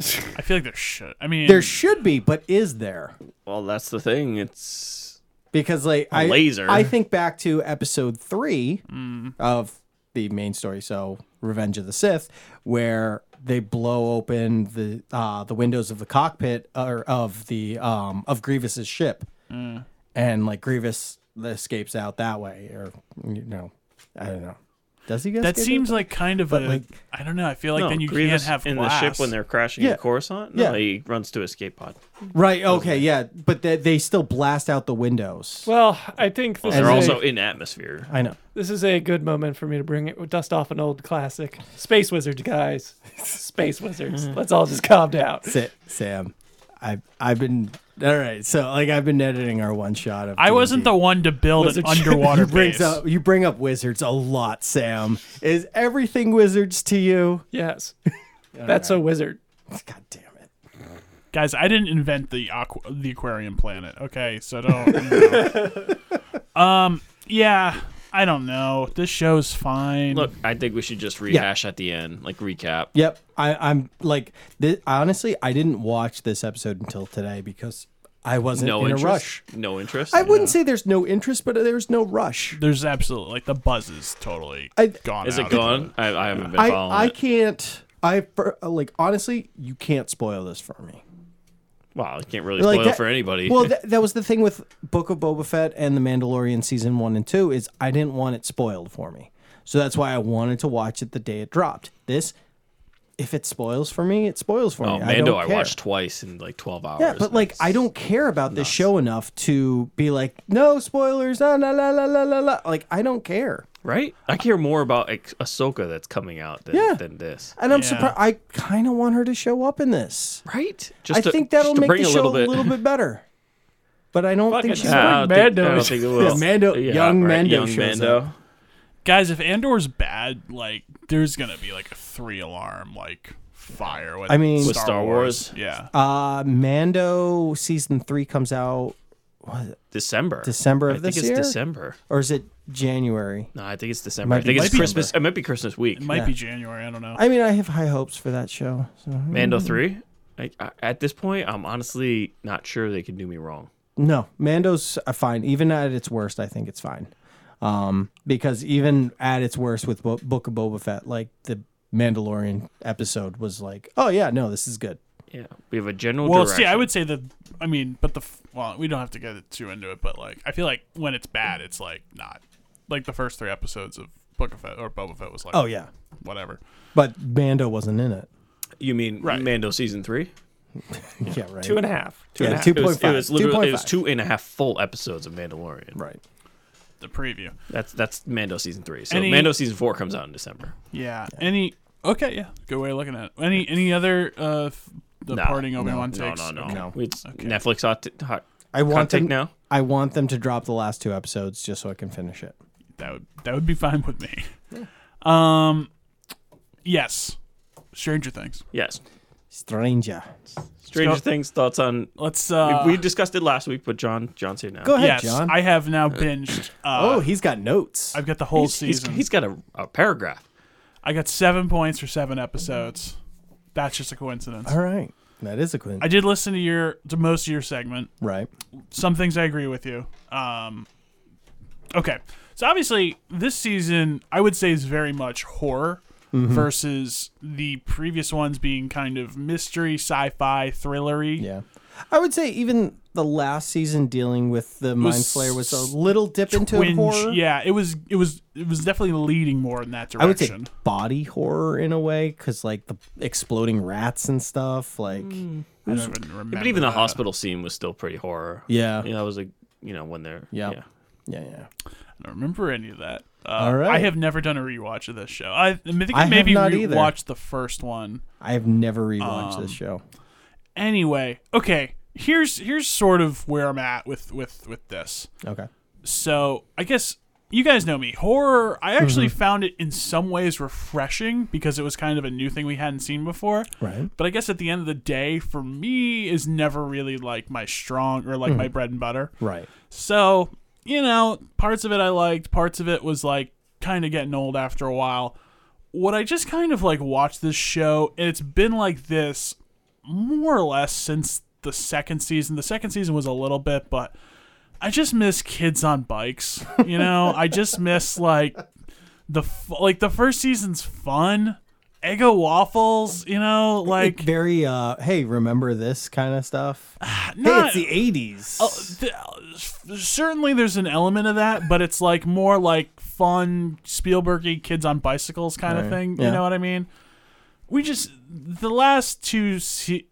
S8: I feel like there should. I mean,
S9: there should be but is there
S6: well, that's the thing. It's
S9: because like I
S6: laser.
S9: I think back to episode three
S8: Mm.
S9: of the main story, so Revenge of the Sith, where they blow open the uh, the windows of the cockpit or of the um, of Grievous's ship,
S8: Mm.
S9: and like Grievous escapes out that way, or you know, I don't know. Does he get
S8: that
S9: escaped
S8: seems
S9: out?
S8: like kind of a.
S9: like-
S8: I don't know. I feel like
S6: no,
S8: then you
S6: Grievous
S8: can't have
S6: in
S8: glass.
S6: the ship when they're crashing in
S9: Yeah.
S6: Coruscant. No,
S9: Yeah.
S6: he runs to escape pod.
S9: right? Okay, yeah, but they, they still blast out the windows.
S7: well, I think this
S6: They're
S7: is
S6: also
S7: a,
S6: in atmosphere.
S9: I know.
S7: this is a good moment for me to bring it dust off an old classic. Space wizards, guys. Space wizards. Let's all just calm down.
S9: Sa- Sam, I I've been all right. So like I've been editing our one shot of.
S8: I wasn't
S9: D&D.
S8: the one to build an
S9: Wizard-
S8: underwater
S9: you brings
S8: base.
S9: Up, you bring up wizards a lot, Sam. Is everything wizards to you?
S7: Yes, that's a wizard.
S9: God damn it.
S8: Guys, I didn't invent the aqua- the aquarium planet. Okay, so don't. you know. um. Yeah, I don't know. This show's fine.
S6: Look, I think we should just rehash at the end, like recap.
S9: Yep. I, I'm like, thi- honestly, I didn't watch this episode until today because I wasn't
S6: No
S9: in
S6: interest.
S9: a rush.
S6: No interest.
S9: I wouldn't say there's no interest, but there's no rush.
S8: there's absolutely like the buzz is totally
S9: I-
S8: gone.
S6: Is
S8: out
S6: it
S8: of
S6: gone? I, I haven't been
S9: I,
S6: following
S9: I
S6: it.
S9: can't. I per- like honestly, you can't spoil this for me.
S6: Wow, I can't really
S9: Like
S6: spoil
S9: that-
S6: for anybody.
S9: Well, that, that was the thing with Book of Boba Fett and The Mandalorian season one and two is I didn't want it spoiled for me, so that's why I wanted to watch it the day it dropped. This, if it spoils for me, it spoils for
S6: oh,
S9: me.
S6: Mando,
S9: I,
S6: I,
S9: don't care.
S6: watched twice in like twelve hours.
S9: Yeah, but like I don't care about this show enough to be like, no spoilers, ah, la la la la la la. Like I don't care,
S6: right? I care more about like, Ahsoka that's coming out than,
S9: Yeah.
S6: than this,
S9: and I'm
S8: Yeah.
S9: surprised. I kind of want her to show up in this.
S6: right?
S9: I
S6: to-
S9: think that'll
S6: just to
S9: make
S6: bring
S9: the
S6: a
S9: show
S6: little bit.
S9: better. But I don't think
S7: Fucking
S9: she's.
S7: hell.
S6: I don't
S7: Bring
S6: think- I
S7: Mando.
S6: don't think it will.
S9: Yeah, Mando- young Mando
S6: Young
S9: shows
S6: Mando.
S9: up.
S8: Guys, if Andor's bad, like there's gonna be like a three alarm like fire. With
S9: I mean- With
S8: Star,
S6: Star
S8: Wars.
S6: Wars.
S8: Yeah.
S9: Uh, Mando season three comes out
S6: December.
S9: December of
S6: I think
S9: this
S6: it's
S9: year?
S6: December.
S9: or is it January?
S6: No, I think it's December.
S9: Might
S6: I think
S9: be Mm-hmm.
S6: it's
S8: December.
S6: Christmas. It might be Christmas week.
S8: it might be January. I don't know.
S9: I mean, I have high hopes for that show. So
S6: Mando three. I, I, at this point, I'm honestly not sure they can do me wrong.
S9: no, Mando's uh, fine. Even at its worst, I think it's fine. Um, because even at its worst with Bo- Book of Boba Fett, like the Mandalorian episode was like, oh yeah, no, this is good.
S6: Yeah, we have a general.
S8: Well,
S6: direction.
S8: see, I would say that. I mean, but the f- well, we don't have to get too into it, but like, I feel like when it's bad, it's like not like the first three episodes of Book of Fett or Boba Fett was like,
S9: Oh yeah,
S8: whatever.
S9: but Mando wasn't in it.
S6: You mean
S8: Right.
S6: Mando season three?
S9: Yeah, right.
S7: Two and a half. Two and a
S9: yeah,
S7: half.
S9: two
S6: It was,
S9: point five.
S6: it was literally it was two and a half full episodes of Mandalorian.
S9: Right.
S8: The preview.
S6: That's that's Mando season three. So
S8: Any-
S6: Mando season four comes out in December.
S8: Yeah. Any? Okay. Yeah. Good way of looking at it. Any? Any other? uh f- The
S6: No,
S8: parting Obi Wan
S6: No,
S8: takes.
S6: no, no.
S8: Okay.
S9: No.
S6: It's Netflix hot, t- hot
S9: I want
S6: content
S9: them
S6: now.
S9: I want them to drop the last two episodes just so I can finish it.
S8: That would that would be fine with me. Um. Yes. Stranger Things.
S6: Yes.
S9: Stranger.
S6: Stranger
S8: go.
S6: Things thoughts on.
S8: Let's. uh
S6: we, we discussed it last week, but John John's here now.
S9: Go ahead,
S8: Yes,
S9: John.
S8: I have now binged. Uh,
S9: oh, he's got notes.
S8: I've got the whole
S6: He's-
S8: season.
S6: he's got a, a paragraph.
S8: I got seven points for seven episodes. That's just a coincidence.
S9: All right. That is a coincidence.
S8: I did listen to your to most of your segment.
S9: Right.
S8: Some things I agree with you. Um, okay, so obviously this season I would say is very much horror versus the previous ones being kind of mystery, sci-fi, thrillery.
S9: Yeah. I would say even the last season dealing with the Mind
S8: Was
S9: Flayer was a little dip into
S8: Twinge-
S9: horror.
S8: Yeah, it was it was it was definitely leading more in that
S9: I would say
S8: direction.
S9: body horror in a way, because like the exploding rats and stuff. Like,
S8: I don't even remember.
S6: But even the
S8: that.
S6: hospital scene was still pretty horror.
S9: Yeah.
S6: You know, it was like, you know, when they're.
S9: yeah.
S6: Yeah.
S9: Yeah. Yeah. Yeah.
S8: I don't remember any of that. Uh,
S9: All right.
S8: I have never done a rewatch of this show. I, I think I
S9: I have
S8: maybe
S9: not either.
S8: rewatched the first one.
S9: I have never rewatched
S8: Um,
S9: this show.
S8: Anyway, okay. Here's here's sort of where I'm at with with with this.
S9: Okay.
S8: So I guess you guys know me. Horror. I actually found it in some ways refreshing because it was kind of a new thing we hadn't seen before.
S9: Right.
S8: But I guess at the end of the day, for me, is never really like my strong or like my bread and butter.
S9: Right.
S8: So, you know, parts of it I liked, parts of it was like kind of getting old after a while. What I just kind of like watched this show, and it's been like this more or less since the second season. The second season was a little bit, but I just miss kids on bikes. You know, I just miss like the f- like the first season's fun. Eggo waffles, you know, like
S9: very uh hey, remember this kind of stuff?
S8: not- Oh,
S9: hey, it's the 80s.
S8: th- certainly there's an element of that, but it's like more like fun Spielbergy kids on bicycles kind of
S9: Right.
S8: thing.
S9: Yeah.
S8: You know what I mean? We just the last two. Se-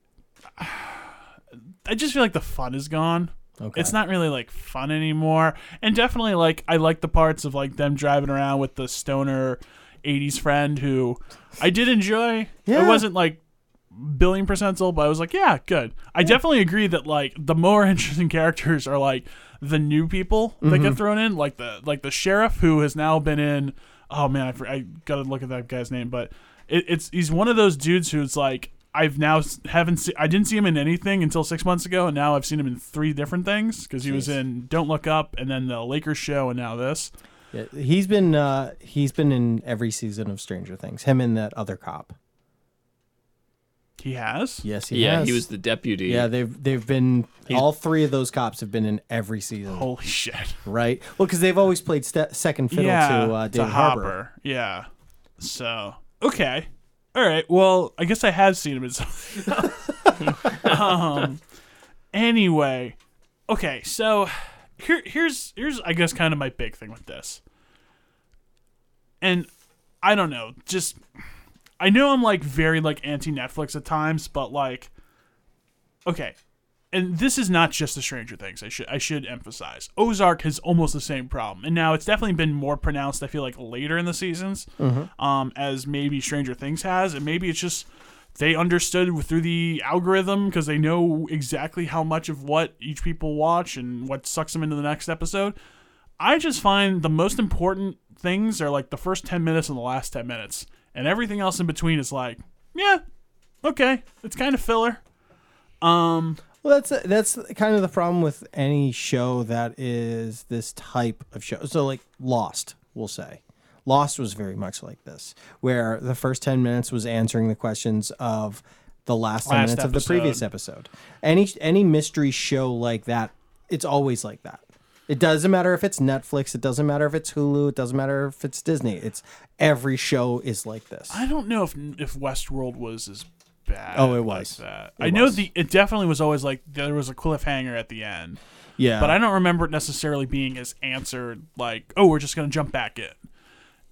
S8: I just feel like the fun is gone.
S9: Okay.
S8: It's not really like fun anymore, and definitely like I like the parts of like them driving around with the stoner '80s friend who I did enjoy.
S9: Yeah.
S8: It wasn't like billion percent sold, but I was like, yeah, good. I definitely agree that like the more interesting characters are like the new people that get thrown in, like the like the sheriff who has now been in. Oh man, I, for- I gotta look at that guy's name, but it, it's he's one of those dudes who's like I've now s- haven't see, I didn't see him in anything until six months ago, and now I've seen him in three different things because he was in Don't Look Up and then the Lakers show and now this.
S9: Yeah, he's been uh he's been in every season of Stranger Things. Him and that other cop.
S8: He has.
S9: Yes, he
S6: Yeah.
S9: has.
S6: He was the deputy.
S9: Yeah, they've they've been all three of those cops have been in every season,
S8: Holy shit.
S9: right? Well, because they've always played ste second fiddle to uh, David Harbour.
S8: Yeah. So okay, all right. Well, I guess I have seen him in some. um. Anyway, okay. So here, here's here's I guess kind of my big thing with this, and I don't know. Just I know I'm like very like anti Netflix at times, but like, okay. And this is not just the Stranger Things. I should I should emphasize Ozark has almost the same problem, and now it's definitely been more pronounced. I feel like later in the seasons, um, as maybe Stranger Things has, and maybe it's just they understood through the algorithm because they know exactly how much of what each people watch and what sucks them into the next episode. I just find the most important things are like the first 10 minutes and the last 10 minutes. And everything else in between is like, yeah, okay, it's kind of filler. Um,
S9: Well, that's that's kind of the problem with any show that is this type of show. So, like Lost, we'll say, Lost was very much like this, where the first ten minutes was answering the questions of the last, ten
S8: Last
S9: minutes of the previous episode. Any any mystery show like that, it's always like that. It doesn't matter if it's Netflix, it doesn't matter if it's Hulu, it doesn't matter if it's Disney. It's every show is like this.
S8: I don't know if if Westworld was as bad.
S9: Oh, it
S8: like
S9: was.
S8: that.
S9: It
S8: I know
S9: was.
S8: the it definitely was always like there was a cliffhanger at the end,
S9: yeah,
S8: but I don't remember it necessarily being as answered like, oh, we're just gonna jump back in.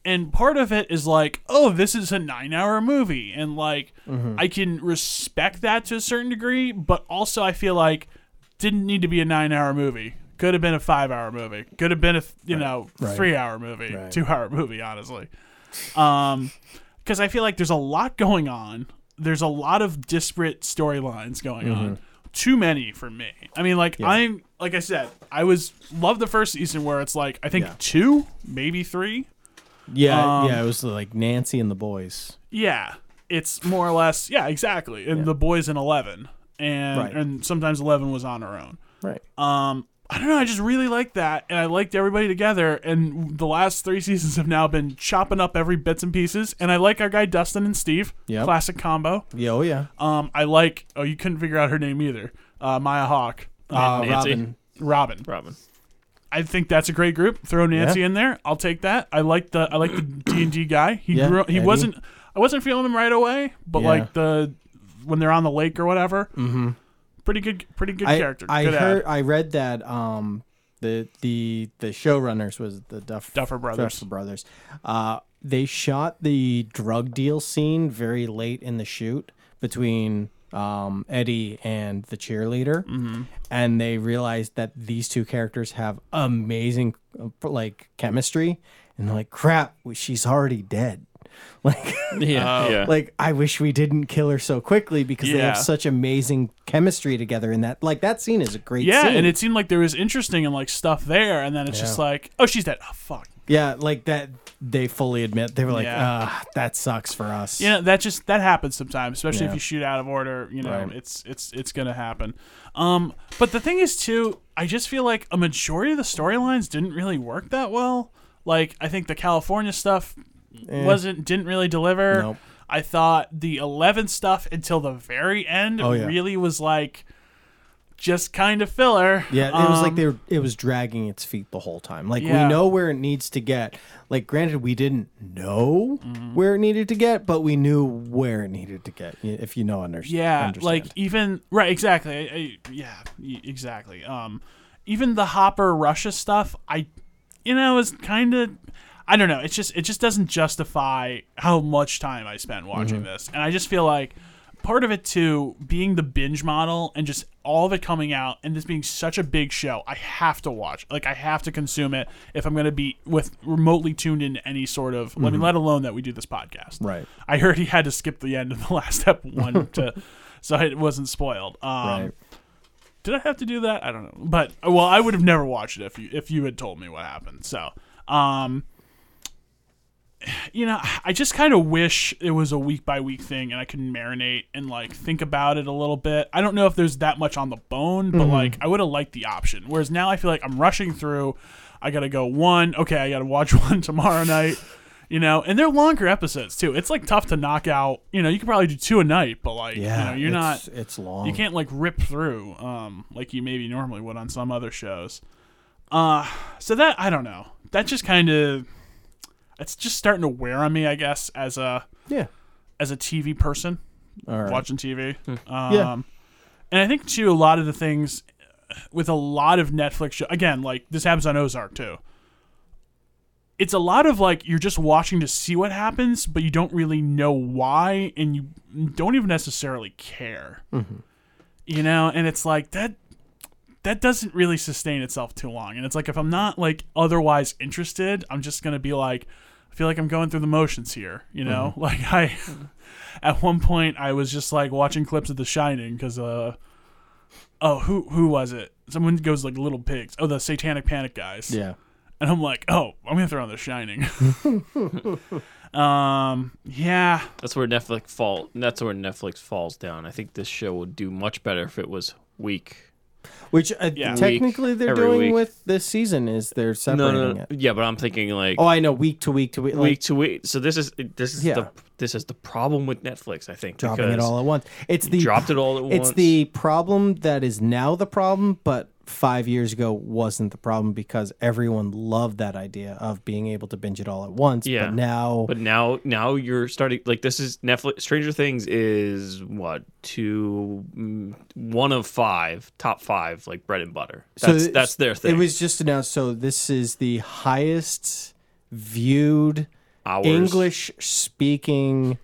S8: And part of it is like, oh, this is a nine-hour movie, and like
S9: Mm-hmm.
S8: I can respect that to a certain degree, but also I feel like didn't need to be a nine-hour movie. Could have been a five-hour movie. Could have been a th- you know
S9: Right.
S8: three-hour movie,
S9: Right.
S8: two-hour movie, honestly. Um, because I feel like there's a lot going on. There's a lot of disparate storylines going on.
S9: Mm-hmm.
S8: Too many for me. I mean, like I'm, like I said, I was love the first season where it's like I think
S9: Yeah.
S8: two, maybe three.
S9: yeah,
S8: um,
S9: yeah. It was like Nancy and the boys.
S8: Yeah, it's more or less. Yeah, exactly. And the boys in eleven, and
S9: Right.
S8: and sometimes eleven was on her own.
S9: Right.
S8: Um, I don't know. I just really liked that, and I liked everybody together. And the last three seasons have now been chopping up every bits and pieces. And I like our guy Dustin and Steve,
S9: Yep.
S8: classic combo.
S9: Yeah, oh yeah.
S8: Um, I like. Oh, you couldn't figure out her name either. Uh, Maya Hawk,
S9: Uh,
S6: Nancy.
S9: Robin.
S8: Robin.
S6: Robin.
S8: I think that's a great group. Throw Nancy
S9: Yeah.
S8: in there. I'll take that. I like the I like the D and D guy. He
S9: Yeah,
S8: grew, he
S9: Eddie.
S8: wasn't I wasn't feeling him right away, but
S9: Yeah.
S8: like the when they're on the lake or whatever. Mm-hmm. Pretty good pretty good
S9: I,
S8: character.
S9: I
S8: good
S9: heard
S8: ad.
S9: I read that um the the the showrunners was the Duff
S8: Duffer Brothers.
S9: Duffer Brothers. Uh they shot the drug deal scene very late in the shoot between um Eddie and the cheerleader
S8: Mm-hmm.
S9: and they realized that these two characters have amazing uh, like chemistry and they're like crap she's already dead like
S6: Yeah. yeah.
S9: like I wish we didn't kill her so quickly because they
S8: Yeah.
S9: have such amazing chemistry together in that like that scene is a great
S8: Yeah,
S9: scene.
S8: and it seemed like there was interesting and like stuff there, and then it's just
S9: Yeah.
S8: like, oh, she's dead. Oh, fuck.
S9: yeah like that they fully admit they were like
S8: Yeah.
S9: ah that sucks for us
S8: You know, that just that happens sometimes, especially if
S9: Yeah.
S8: you shoot out of order. You know,
S9: Right.
S8: it's it's it's gonna happen. Um, but the thing is too, I just feel like a majority of the storylines didn't really work that well. Like I think the California stuff wasn't didn't really deliver.
S9: Eh. Nope.
S8: I thought the Eleven stuff until the very end
S9: Oh, yeah.
S8: really was like just kind of filler.
S9: Yeah, it was like
S8: Um,
S9: they were, it was dragging its feet the whole time. Like
S8: Yeah.
S9: we know where it needs to get. Like granted we didn't know
S8: Mm-hmm.
S9: where it needed to get, but we knew where it needed to get. y- If you know under-
S8: yeah
S9: understand.
S8: like even right exactly I, I, yeah y- exactly um even the hopper russia stuff i you know is kind of i don't know it's just it just doesn't justify how much time i spent watching
S9: Mm-hmm.
S8: this and i just feel like part of it too being the binge model and just all of it coming out and this being such a big show i have to watch like i have to consume it if i'm going to be with remotely tuned into any sort of i mean let alone that we do this podcast
S9: Mm-hmm. Right.
S8: I heard he had to skip the end of the last step one to, so it wasn't spoiled. Um,
S9: Right.
S8: Did I have to do that? I don't know. But well, I would have never watched it if you if you had told me what happened. So, um, you know, I just kind of wish it was a week by week thing and I could marinate and like think about it a little bit. I don't know if there's that much on the bone, but like I would have liked the option. Whereas now I feel like I'm rushing through. I gotta go one. Okay, I gotta watch one tomorrow night. You know, and they're longer episodes too. It's like tough to knock out. You know, you could probably do two a night, but like, you know, you're not
S9: it's, it's long.
S8: you can't like rip through um like you maybe normally would on some other shows uh so that i don't know that just kind of it's just starting to wear on me i guess as a
S9: Yeah.
S8: as a tv person
S9: All right.
S8: watching tv um
S9: Yeah.
S8: and i think too a lot of the things with a lot of netflix show again like this happens on ozark too it's a lot of like you're just watching to see what happens but you don't really know why and you don't even necessarily care you know and it's like that that doesn't really sustain itself too long and it's like if i'm not like otherwise interested i'm just gonna be like i feel like i'm going through the motions here you know like i at one point i was just like watching clips of the shining because uh oh who who was it someone goes like little pigs oh the satanic panic guys
S9: Yeah.
S8: and i'm like oh i'm gonna throw on the shining um yeah
S6: That's where Netflix fall. That's where Netflix falls down. I think this show would do much better if it was week.
S9: Which uh,
S8: Yeah.
S9: technically they're
S6: Every
S9: doing
S6: week.
S9: with this season is they're
S6: No,
S9: separating
S6: no, no.
S9: it.
S6: yeah, but I'm thinking like
S9: Oh, I know. Week to week to week.
S6: week
S9: Like,
S6: to week. So this is this is
S9: Yeah.
S6: the this is the problem with Netflix. I think
S9: dropping it
S6: because
S9: all at once. It's the
S6: dropped it all at
S9: It's
S6: once.
S9: the problem that is now the problem, but five years ago wasn't the problem because everyone loved that idea of being able to binge it all at once.
S6: Yeah.
S9: But now,
S6: But now, now you're starting like this is Netflix. Stranger Things is what two, mm, one of five top five like bread and butter. That's
S9: it-
S6: that's their thing.
S9: It was just announced. So this is the highest viewed
S6: Hours.
S9: English speaking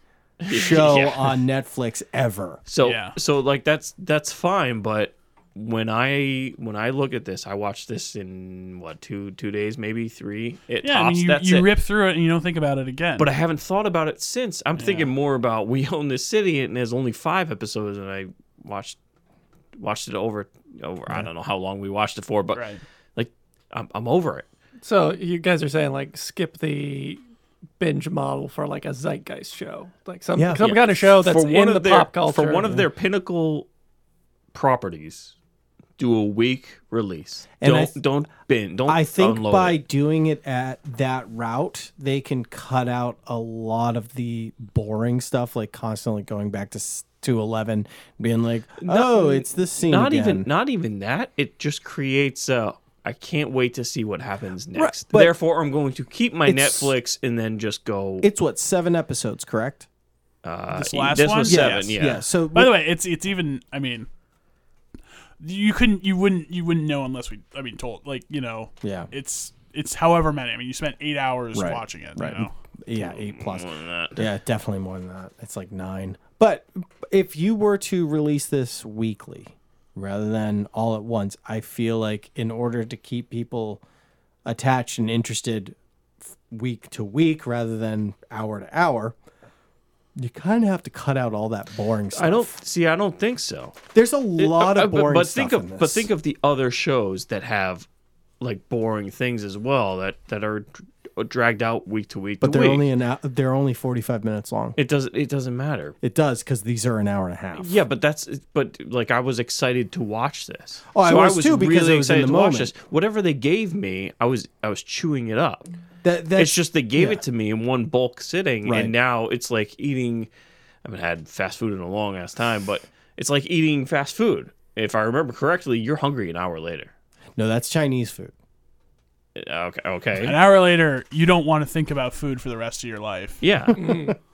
S9: show
S6: Yeah.
S9: on Netflix ever.
S6: So
S8: Yeah.
S6: so like that's that's fine, but when I when I look at this, I watch this in what two two days, maybe three. It
S8: yeah
S6: tops.
S8: i mean you,
S6: that's
S8: you
S6: it.
S8: rip through it and you don't think about it again
S6: but I haven't thought about it since. I'm thinking more about we own this city, and there's only five episodes, and I watched watched it over over. I don't know how long we watched it for, but
S8: Right.
S6: like I'm, I'm over it.
S7: So you guys are saying like skip the binge model for like a zeitgeist show, like some
S9: Yeah.
S7: some
S6: Yeah.
S9: Oh,
S7: kind of show that's
S6: for one
S7: in
S6: of
S7: the
S6: their,
S7: pop culture.
S6: for one of their pinnacle properties. do a week release.
S9: And I
S6: don't
S9: th-
S6: don't bin. Don't.
S9: I think
S6: unload
S9: by
S6: it.
S9: doing it at that route, they can cut out a lot of the boring stuff, like constantly going back to s- to eleven, being like, "Oh, it's this scene."
S6: not
S9: again."
S6: even not even that. It just creates a. I can't wait to see what happens next.
S9: but-
S6: Therefore, I'm going to keep my
S9: It's-
S6: Netflix and then just go.
S9: It's what seven episodes, correct?
S6: uh,
S8: This last
S6: this
S8: one?
S6: was seven.
S8: Yes.
S6: Yeah.
S9: So
S8: By the way, it's it's even. I mean, you couldn't, you wouldn't, you wouldn't know unless we. I mean, told like you know.
S9: Yeah.
S8: It's it's however many. I mean, you spent eight hours
S9: Right,
S8: watching it.
S9: right.
S8: You know?
S9: yeah, eight plus. Yeah, definitely more than that. It's like nine. But if you were to release this weekly rather than all at once, I feel like in order to keep people attached and interested f- week to week rather than hour to hour, you kind of have to cut out all that boring stuff.
S6: I don't see. I don't think so.
S9: There's a lot
S6: Uh, uh,
S9: of
S6: but-
S9: boring
S6: but
S9: stuff
S6: think of
S9: in this.
S6: but think of the other shows that have like boring things as well that that are dr- uh, dragged out week to week.
S9: but
S6: to
S9: they're
S6: week.
S9: only an hou- they're only 45 minutes long.
S6: it doesn't it doesn't matter.
S9: It does because these are an hour and a half.
S6: Yeah, but that's but like I was excited to watch this.
S9: Oh, I was too, because it was in the moment.
S6: Whatever they gave me, I was I was chewing it up.
S9: That, that's
S6: it's just they gave
S9: yeah.
S6: it to me in one bulk sitting,
S9: Right.
S6: and now it's like eating. I haven't had fast food in a long ass time, but it's like eating fast food. If I remember correctly, you're hungry an hour later. Uh,
S9: no, that's Chinese food.
S6: Okay. Okay.
S8: An hour later, you don't want to think about food for the rest of your life.
S6: Yeah.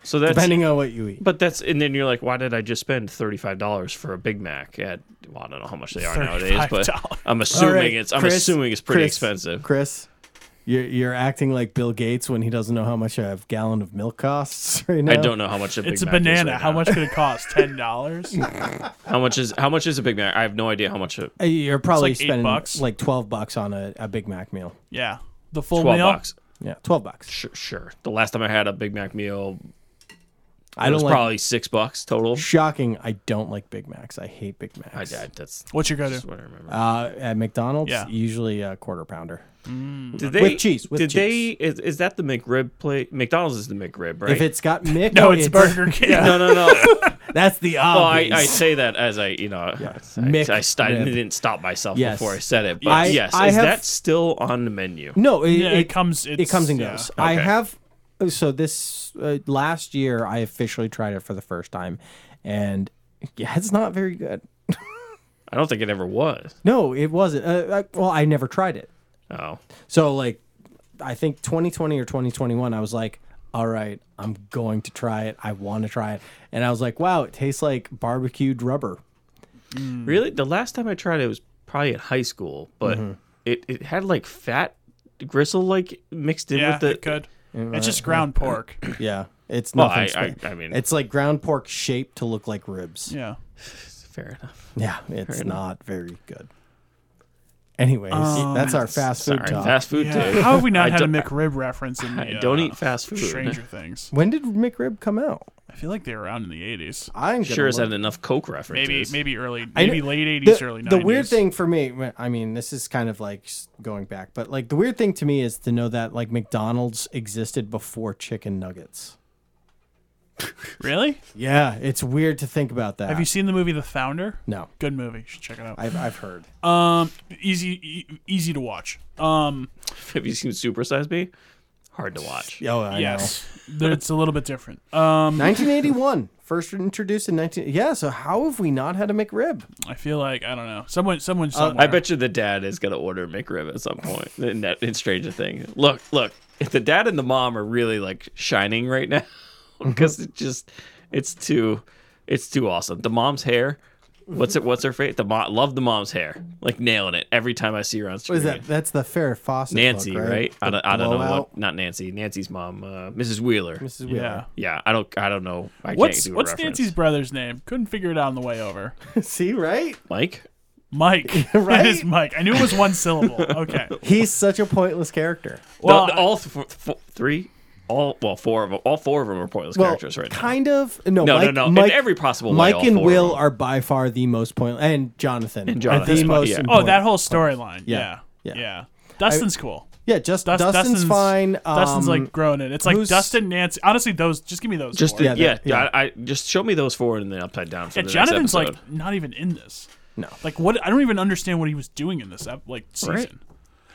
S6: so that's
S9: Depending on what you eat.
S6: but that's and then you're like, why did I just spend thirty five dollars for a Big Mac at well, I don't know how much they are nowadays, but
S8: $35.
S6: I'm assuming
S9: All right,
S6: it's I'm
S9: Chris,
S6: assuming it's pretty
S9: Chris,
S6: expensive.
S9: Chris, you're you're acting like Bill Gates when he doesn't know how much a gallon of milk costs right now.
S6: I don't know how much a Big
S8: It's a
S6: Mac is
S8: banana.
S6: right
S8: How
S6: now.
S8: much could it cost? Ten dollars.
S6: How much is how much is a Big Mac? I have no idea how much a
S9: Uh, You're probably
S8: It's like eight
S9: spending
S8: bucks.
S9: like twelve bucks on a, a Big Mac meal.
S8: yeah, the full
S6: twelve
S8: meal.
S6: bucks.
S9: Yeah, twelve bucks.
S6: Sure, sure. The last time I had a Big Mac meal,
S9: I
S6: it was
S9: don't like.
S6: probably six bucks total.
S9: Shocking! I don't like Big Macs. I hate Big
S6: I, I,
S9: Macs.
S6: that's
S8: What's your
S6: that's
S8: go-to?
S6: what I remember.
S9: Uh, at McDonald's,
S8: Yeah.
S9: usually a quarter pounder.
S6: did they,
S9: with cheese, with
S6: did
S9: cheese.
S6: they? Is, is that the McRib plate? McDonald's is the McRib, right?
S9: If it's got Mick,
S8: No, it's Burger King.
S6: no, no, no.
S9: That's the
S6: Well, I, I
S9: obvious.
S6: say that as I, you know, I,
S9: Mick
S6: I, st- I
S9: Rib.
S6: didn't stop myself
S9: Yes.
S6: before I said it. But
S9: I-
S6: yes,
S9: I
S6: is
S9: have-
S6: that still on the menu?
S9: no, it,
S8: Yeah, it,
S9: it
S8: comes. It's,
S9: it comes and
S8: yeah.
S9: goes. I
S6: Okay.
S9: have so this uh, last year I officially tried it for the first time, and yeah, it's not very good.
S6: I don't think it ever was.
S9: No, it wasn't. Uh, I, well, I never tried it.
S6: Oh,
S9: So like, I think 2020 or 2021, I was like, all right, I'm going to try it. I want to try it, and I was like, wow, it tastes like barbecued rubber. Hmm.
S6: really? The last time I tried it was probably in high school, but
S9: Mm-hmm.
S6: it, it had like fat gristle like mixed in
S8: Yeah,
S6: with the.
S8: it could. It's just ground pork.
S9: Yeah, it's
S6: Well,
S9: nothing.
S6: I-
S9: spe-
S6: I- I mean-
S9: it's like ground pork shaped to look like ribs.
S8: Yeah.
S6: Fair enough. Um,
S9: Yeah, it's not very good. Anyways, that's our fast food
S6: Sorry,
S9: talk.
S6: fast food
S8: Yeah.
S6: too.
S8: How have we not
S6: I
S8: had a
S6: don't-
S8: McRib reference in the?
S6: I don't
S8: uh,
S6: eat fast food.
S8: Stranger Things.
S9: when did McRib come out?
S8: I feel like they were around in the eighties.
S9: I'm
S6: Sure as
S9: gonna
S6: had
S9: look.
S6: enough Coke references.
S8: Maybe maybe early
S9: I
S8: maybe
S9: know-
S8: late
S9: the,
S8: eighties, early
S9: the
S8: nineties.
S9: weird thing for me. I mean, this is kind of like s- going back, but like the weird thing to me is to know that like McDonald's existed before chicken nuggets.
S8: Really?
S9: Yeah, it's weird to think about that.
S8: Have you seen the movie The Founder?
S9: No,
S8: Good movie. You should check it out.
S9: I've I've heard.
S8: Um, easy, e- easy to watch. Um,
S6: Have you seen Super Size Me? Hard to watch.
S9: Oh, I
S8: yes, There- it's a little bit different. Um,
S9: know. 1981, first introduced in 19. yeah, so how have we not had a McRib?
S8: I feel like I don't know. Someone, someone,
S9: Uh,
S8: somewhere.
S6: I bet you the dad is gonna order McRib at some point in that in Stranger Things. Look, look, if the dad and the mom are really like shining right now
S9: Mm-hmm.
S6: because it just it's too it's too awesome. The mom's hair. What's it? What's her face? The mom love the mom's hair. Like nailing it every time I see her on
S9: What
S6: screen.
S9: is that? That's the Farrah Fawcett. look,
S6: Nancy, right? I don't, I
S9: The
S6: don't know
S9: blowout.
S6: what. Not Nancy. Nancy's mom, uh, Mrs. Wheeler.
S9: Mrs. Wheeler.
S8: Yeah.
S6: Yeah, I don't. I don't know. I
S8: What's
S6: can't do a
S8: what's
S6: reference.
S8: Nancy's brother's name? Couldn't figure it out on the way over.
S9: See, right?
S6: Mike?
S8: Mike.
S9: Right?
S8: That is Mike. I knew it was one syllable. Okay.
S9: He's such a pointless character.
S8: Well,
S6: The- the- all th- f- f- three, all well, four of them. All four of them are pointless
S9: Well,
S6: characters right now.
S9: kind of.
S6: No,
S9: No,
S6: no,
S9: Mike,
S6: no. In
S9: Mike,
S6: every possible way,
S9: Mike
S6: all
S9: and
S6: four of
S9: Will
S6: them.
S9: are by far the most pointless, and Jonathan.
S6: And
S9: are
S6: Jonathan,
S9: the
S6: yeah.
S9: most.
S6: Oh,
S8: oh,
S9: important.
S8: that whole storyline. Yeah.
S9: Yeah.
S8: Yeah. Dustin's cool.
S9: Yeah, just
S8: Dust,
S9: Dustin's, fine.
S8: Dustin's
S9: um,
S8: like grown in. It's like
S9: who's-
S8: Dustin, Nancy. Honestly, those. Just give me those.
S6: Just
S8: four.
S6: yeah,
S9: Yeah, that- yeah.
S6: I, I just show me those four and then upside down for
S8: Yeah,
S6: the
S8: Jonathan's
S6: next episode.
S8: like not even in this.
S9: No.
S8: Like what? I don't even understand what he was doing in this ep- like season.
S6: Right.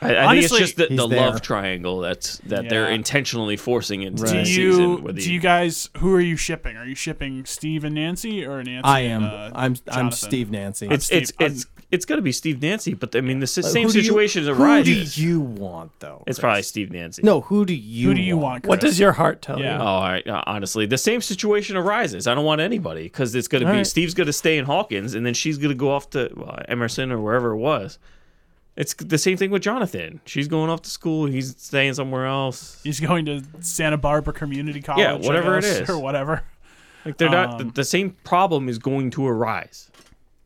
S6: I, I think it's
S8: Honestly,
S6: just the,
S9: He's
S6: the
S9: there.
S6: love triangle that's that they're
S8: Yeah.
S6: intentionally forcing into
S8: Do
S9: Right.
S6: the
S8: you
S6: Uh, season. whether
S8: do you guys who are you shipping? Are you shipping Steve and Nancy or Nancy?
S9: I am.
S8: And, uh,
S9: I'm. I'm
S8: Jonathan?
S9: Steve Nancy.
S6: it's
S8: Steve,
S6: it's it's it's got to be Steve Nancy, but I mean the s- same
S9: Who do you-
S6: situation is
S9: Who
S6: arises.
S9: do you want though?
S6: it's
S9: Chris?
S6: probably Steve Nancy.
S9: no. Who do you?
S8: Who do you want?
S7: What
S8: Chris?
S7: does your heart tell
S8: Yeah.
S7: you?
S6: Oh, all right. uh, honestly, the same situation arises. I don't want anybody because it's going to be
S7: right.
S6: Steve's going to stay in Hawkins, and then she's going to go off to well, Emerson or wherever it was. It's the same thing with Jonathan. She's going off to school. He's staying somewhere else.
S8: He's going to Santa Barbara Community College. I
S6: whatever it
S8: guess,
S6: is.
S8: or whatever.
S6: Like they're not the, the same problem is going to arise.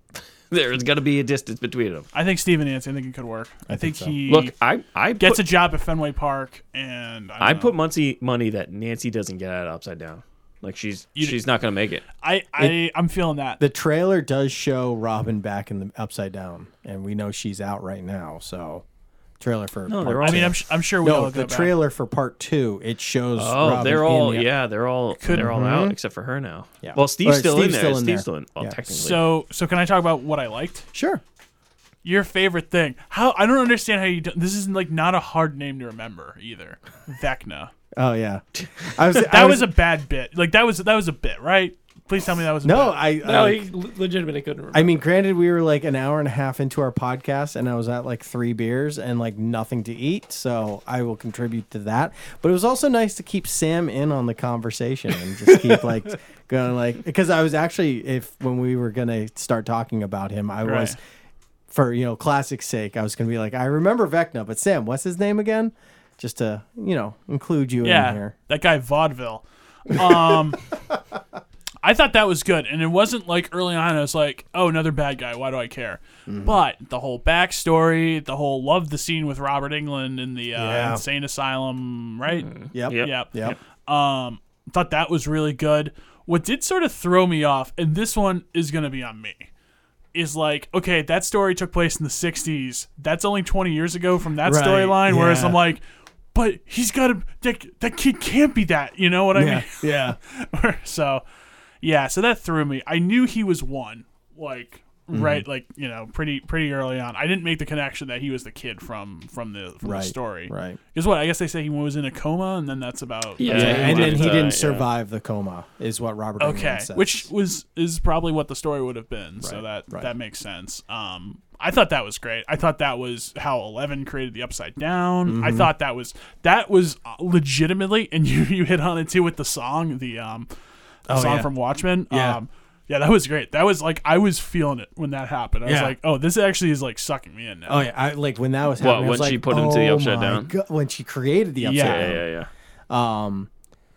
S6: There's going to be a distance between them.
S8: I think Steve and Nancy. I think it could work. I, think, he
S6: Look, I I
S8: gets
S6: put,
S8: a job at Fenway Park, and
S6: I
S8: I, don't know.
S6: put Muncie money that Nancy doesn't get out of upside down. Like she's she's not going to make it.
S8: I, I I'm feeling that.
S9: The trailer does show Robin back in the upside down, and we know she's out right now. So, trailer for no,
S6: they're all-
S8: I mean, I'm, sh- I'm sure we all
S9: no
S8: go
S9: the
S8: back.
S9: trailer for part two. It shows.
S6: Oh,
S9: Robin
S6: they're
S9: in
S6: all
S9: the-
S6: yeah, they're all they're all out except for her now.
S9: Yeah.
S6: Well, Steve's
S9: Or
S6: still in
S9: Steve's
S6: there.
S9: still in
S6: Steve's
S9: there.
S6: still in. Well,
S9: Yeah.
S6: technically.
S8: So so can I talk about what I liked?
S9: Sure.
S8: Your favorite thing? How I don't understand how you. Do, this is like not a hard name to remember either. Vecna.
S9: Oh yeah. I was.
S8: That was, a bad bit. Like that was that was a bit, right? Please tell me that was a
S9: no.
S8: Bit.
S9: I.
S7: No,
S9: I-
S7: he le- legitimately couldn't remember.
S9: I mean, granted, we were like an hour and a half into our podcast, and I was at like three beers and like nothing to eat, so I will contribute to that. But it was also nice to keep Sam in on the conversation and just keep like going like because I was actually if when we were gonna start talking about him, I was
S8: Right.
S9: for you know classic's sake, I was gonna be like, I remember Vecna, but Sam, what's his name again? Just to you know include you
S8: yeah,
S9: in here.
S8: that guy vaudeville. Um, I thought that was good, and it wasn't like early on. I was like, oh, another bad guy. Why do I care?
S9: Mm-hmm.
S8: But the whole backstory, the whole love the scene with Robert England in the uh,
S9: Yeah. Mm-hmm.
S8: insane asylum, right?
S9: Yep.
S6: Yep.
S8: Yep.
S9: Yep.
S8: Um, thought that was really good. What did sort of throw me off, and this one is gonna be on me, is like, okay, that story took place in the '60s. That's only 20 years ago from that
S9: Right,
S8: storyline. Whereas
S9: yeah.
S8: I'm like, but he's got to that, that kid can't be that. You know what I
S9: Yeah. Yeah.
S8: mean? so, yeah. So that threw me. I knew he was one, like
S9: Mm-hmm.
S8: right, like you know, pretty pretty early on. I didn't make the connection that he was the kid from from the from
S9: Right,
S8: the story.
S9: right.
S8: Because what I guess they say he was in a coma, and then that's about
S6: Yeah.
S8: that's
S9: Yeah,
S8: all he
S9: and then
S8: wanted.
S9: he
S6: Uh, yeah.
S9: didn't survive the coma, is what Robert. Englund
S8: Okay,
S9: says.
S8: which was is probably what the story would have been. so that
S9: right.
S8: that makes sense. Um, I thought that was great. I thought that was how Eleven created the Upside Down.
S9: Mm-hmm.
S8: I thought that was that was uh, legitimately, and you you hit on it too with the song, the um, the song
S9: Oh, yeah.
S8: from Watchmen.
S9: Yeah.
S8: Um, yeah, that was great. That was like I was feeling it when that happened. I was
S9: Yeah.
S8: like, oh, this actually is like sucking me in now.
S9: Oh yeah, I, like when that was
S6: What,
S9: happening. I
S6: when
S9: was like,
S6: she put him to the
S9: "Oh
S6: upside
S9: my
S6: down?"
S9: God," when she created the upside
S8: Yeah.
S9: down. Um,
S6: yeah, yeah, yeah.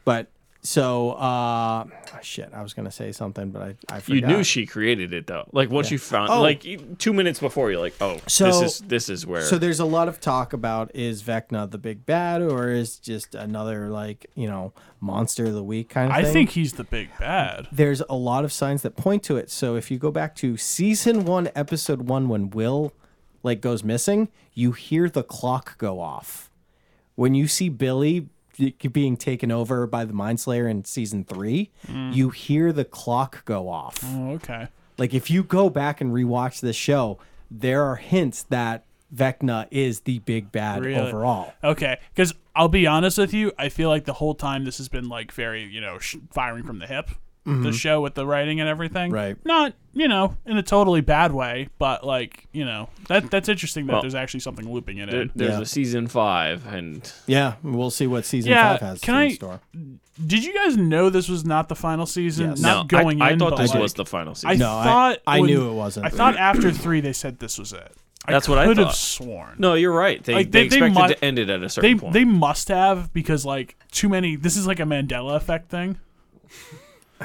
S9: But so uh, shit, I was gonna say something, but I I
S6: You
S9: forgot.
S6: knew she created it though. Like once you found,
S9: Oh.
S6: like e- two minutes before, you're like, oh, this
S9: So-
S6: is this is where.
S9: So there's a lot of talk about is Vecna the big bad or is just another like you know monster of the week kind of
S8: I
S9: thing.
S8: think he's the big bad.
S9: there's a lot of signs that point to it. So if you go back to season one, episode one, when Will like goes missing, you hear the clock go off. When you see Billy being taken over by the Mind Slayer in season three,
S8: Mm.
S9: you hear the clock go off.
S8: Oh, okay.
S9: Like if you go back and rewatch this show, there are hints that Vecna is the big bad
S8: Really?
S9: overall.
S8: Okay, because I'll be honest with you, I feel like the whole time this has been like very, you know, sh- firing from the hip. The show with the writing and everything,
S9: Mm-hmm. Right.
S8: Not, you know, in a totally bad way, but like, you know, that that's interesting that
S6: Well,
S8: there's actually something looping it
S6: there-
S8: in.
S6: there's
S9: Yeah.
S6: a season five, and
S9: Yeah, we'll see what season
S8: Yeah,
S9: five has
S8: can
S9: in
S8: I-
S9: store.
S8: Did you guys know this was not the final season?
S9: Yes.
S8: Not
S6: no, I-
S8: going
S6: I,
S8: in.
S6: thought
S8: but,
S6: this
S8: like,
S6: was the final season.
S8: I
S9: No, I-
S8: thought
S9: I
S8: when-
S9: knew it wasn't.
S8: I thought after three they said this was it.
S6: That's what I
S8: could
S6: thought.
S8: have sworn.
S6: No, you're right. They,
S8: Like,
S6: they,
S8: they- they
S6: expected
S8: mu-
S6: to end it at a certain
S8: they
S6: point.
S8: they must have because like too many. This is like a Mandela effect thing.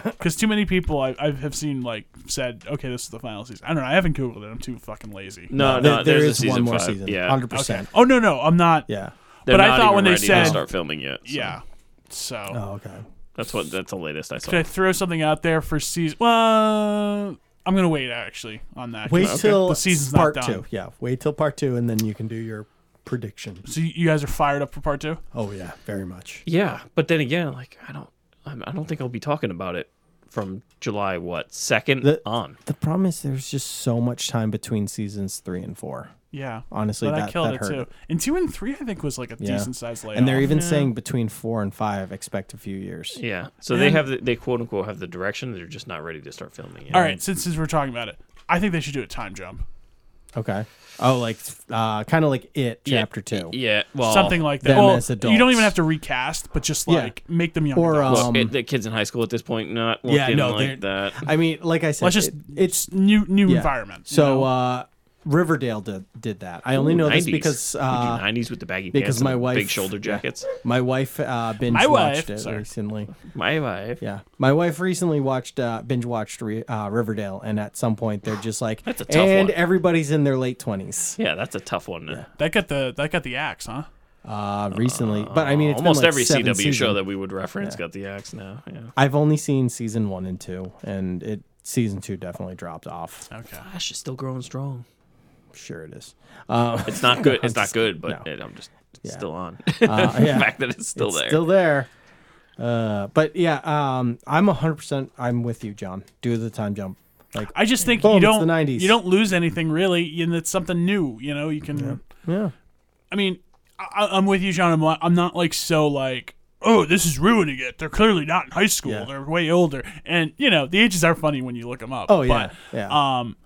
S8: Because too many people I, I have seen like said, okay, this is the final season. I don't know. I haven't googled it. I'm too fucking lazy.
S6: no,
S9: There-
S6: Oh, no,
S9: there
S6: there's a
S9: is
S6: season
S9: one more
S6: five.
S9: season.
S6: Yeah,
S9: hundred
S8: Okay.
S9: percent.
S8: Oh no, no, I'm not.
S9: Yeah.
S6: They're
S8: But I
S6: not
S8: thought
S6: even
S8: when they
S6: ready to
S8: said-
S6: start filming yet. so
S8: Yeah. So
S9: Oh, okay.
S6: that's what that's the latest I
S8: should I
S6: saw.
S8: throw something out there for season? Well, I'm gonna wait actually on that. 'cause
S9: Wait till
S8: the season's
S9: part
S8: not done.
S9: two. Yeah, wait till part two, and then you can do your prediction.
S8: So you- you guys are fired up for part two?
S9: Oh yeah, very much.
S6: Yeah, but then again, like I don't, I'm- I don't think I'll be talking about it from July what second
S9: The-
S6: on.
S9: The problem is there's just so much time between seasons three and four.
S8: Yeah.
S9: Honestly,
S8: but I
S9: that-
S8: killed
S9: that
S8: it
S9: hurt.
S8: too. And two and three, I think, was like a decent sized layoff.
S9: and they're even saying between four and five, expect a few years.
S6: Yeah, so they have the, they quote unquote have the direction. They're just not ready to start filming yet.
S8: All right, since, since we're talking about it, I think they should do a time jump.
S9: Okay. Oh, like uh, kind of like it chapter two.
S6: Yeah, well,
S8: Something like that.
S9: them
S8: Well,
S9: as
S8: You don't
S9: adults.
S8: even have to recast, but just
S9: Yeah.
S8: like make them young.
S9: Or
S8: adults.
S6: Look,
S9: um,
S6: it, the kids in high school at this point not
S9: Yeah,
S6: looking
S9: no,
S6: like that.
S9: I mean, like I said,
S8: Let's just
S9: it- it's
S8: new new
S9: yeah.
S8: environment. you
S9: So
S8: know?
S9: uh, Riverdale did, did that. I only know this because uh,
S6: nineties with the baggy
S9: because
S6: pants, and
S9: my
S6: the
S9: wife-
S6: big shoulder jackets.
S9: my wife uh, binge
S8: My wife,
S9: watched it
S8: sorry.
S9: recently.
S6: My wife.
S9: Yeah, my wife recently watched uh, binge watched re- uh, Riverdale, and at some point they're just like,
S6: That's a tough
S9: and
S6: one."
S9: everybody's in their late twenties
S6: Yeah, that's a tough one. to-
S8: that got the that got the axe, huh?
S9: uh, recently. But I mean, it's been,
S6: Almost
S9: like,
S6: every
S9: seven
S6: CW show
S9: seasons.
S6: that we would reference got the axe now. Yeah.
S9: I've only seen season one and two, and it season two definitely dropped off.
S8: Okay.
S6: Gosh, it's still growing strong.
S9: Sure, it is. Uh,
S6: It's not good. It's not good, but
S9: no.
S6: it, I'm just it's
S9: Yeah. Uh,
S6: still on.
S9: yeah.
S6: the fact that it's still
S9: it's
S6: there.
S9: Still there. Uh, but yeah, um, I'm 100%. I'm with you, John. Do the time jump. Like,
S8: I just think
S9: Boom,
S8: you
S9: it's
S8: don't
S9: the 90s.
S8: you don't lose anything really, and it's something new. You know, you can.
S9: yeah.
S8: I mean, I, I'm with you, John. I'm, not- I'm not like so like, oh, this is ruining it. They're clearly not in high school.
S9: Yeah.
S8: They're way older, and you know the ages are funny when you look them up.
S9: Oh, yeah.
S8: But,
S9: yeah.
S8: Um,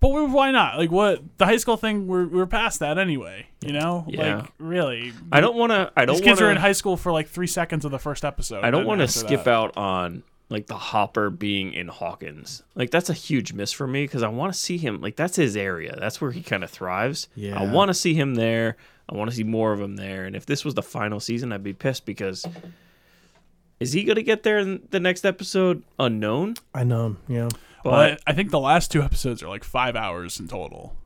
S8: but we, why not? Like, what the high school thing? We're we're past that anyway. You know,
S6: Yeah.
S8: like really.
S6: I don't want to. I don't
S8: These
S6: want
S8: kids are in
S6: to.
S8: high school for like three seconds of the first episode.
S6: I don't
S8: and
S6: want to
S8: after
S6: skip
S8: that-
S6: out on like the Hopper being in Hawkins. Like that's a huge miss for me because I want to see him. Like that's his area. That's where he kind of thrives.
S9: Yeah.
S6: I want to see him there. I want to see more of him there. And if this was the final season, I'd be pissed because is he going to get there in the next episode? Unknown.
S9: I know. Yeah.
S6: But
S8: Well, I, I think the last two episodes are like five hours in total.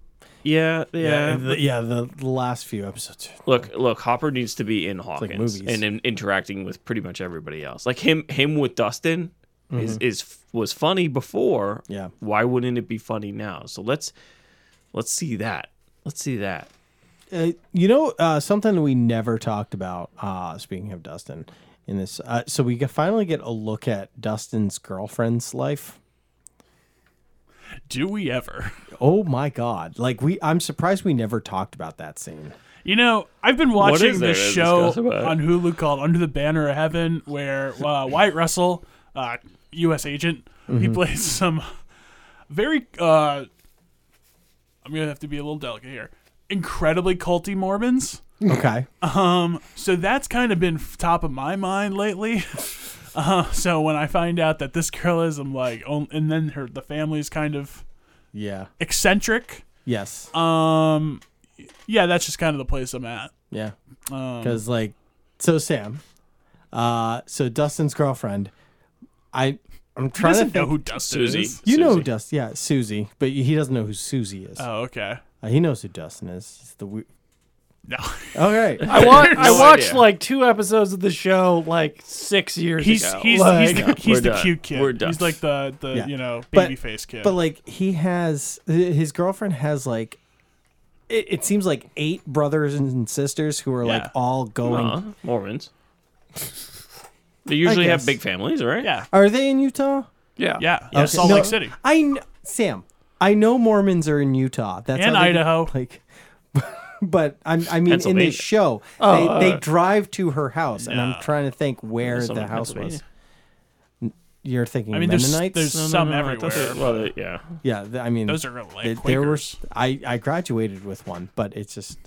S6: yeah, yeah.
S9: The, yeah. The, the last few episodes.
S6: Look, look, Hopper needs to be in Hawkins
S9: movies.
S6: and in, interacting with pretty much everybody else. Like him, him with Dustin is is was funny before.
S9: Mm-hmm. Yeah.
S6: Why wouldn't it be funny now? So let's let's see that. Let's see that.
S9: Uh, you know, uh, something that we never talked about, uh, speaking of Dustin, in this. Uh, so we get, finally get a look at Dustin's girlfriend's life.
S8: Do we ever?
S9: Oh my God. Like, we, I'm surprised we never talked about that scene.
S8: You know, I've been
S6: is
S8: watching
S6: there
S8: this
S6: to
S8: show
S6: discuss about it?
S8: on Hulu called Under the Banner of Heaven, where uh, Wyatt Russell, uh, U.S. agent,
S6: Mm-hmm.
S8: he plays some very. Uh, I'm gonna have to be a little delicate here. Incredibly culty Mormons.
S9: Okay.
S8: So that's kind of been f- top of my mind lately. Uh, so when I find out that this girl is, I'm like, oh, and then her the family's kind of
S9: yeah.
S8: eccentric.
S9: Yes.
S8: Um, yeah, that's just kind of the place I'm at.
S9: Yeah.
S8: Um,
S9: Because, like, so Sam, uh, so Dustin's girlfriend, I, I'm
S8: He
S9: trying to
S8: doesn't
S9: think.
S8: know who Dustin
S6: Susie.
S8: is.
S9: you know
S6: Susie.
S9: Dust, yeah, Susie, but he doesn't know who Susie is.
S8: Oh, okay.
S9: Uh, he knows who Dustin is. He's the we-
S8: No.
S9: All right.
S7: I, wa- I watched
S6: idea.
S7: like two episodes of the show like six years
S8: He's
S7: ago.
S8: he's
S7: Like-
S8: he's the, he's
S6: we're
S8: the
S6: done.
S8: cute kid.
S6: We're done.
S8: He's like the the
S9: Yeah.
S8: you know
S9: But-
S8: baby face kid.
S9: But like he has his girlfriend has like it, it seems like eight brothers and sisters who are
S8: Yeah. Uh-huh.
S9: like all going.
S6: Uh, Mormons. They usually have
S9: guess.
S6: big families, right?
S8: yeah,
S9: Are they in Utah?
S7: yeah.
S8: yeah, yeah.
S9: Okay.
S8: Salt
S9: No,
S8: Lake City.
S9: I kn- Sam, I know Mormons are in Utah. That's
S8: And
S9: how they get-
S8: Idaho.
S9: like, but I'm, I mean, in
S6: Pennsylvania.
S9: this show, they,
S8: Oh,
S9: they
S8: uh,
S9: drive to her house, and I'm trying to think where
S6: some
S9: the
S6: in
S9: house was.
S6: Pennsylvania.
S9: N- You're thinking
S8: I mean, there's
S9: Mennonites?
S8: there's some
S6: I thought
S8: everywhere.
S6: they- well, they- yeah.
S9: yeah, th- I mean,
S8: Those are like
S9: th- there were.
S8: Quakers.
S9: I I graduated with one, but it's just.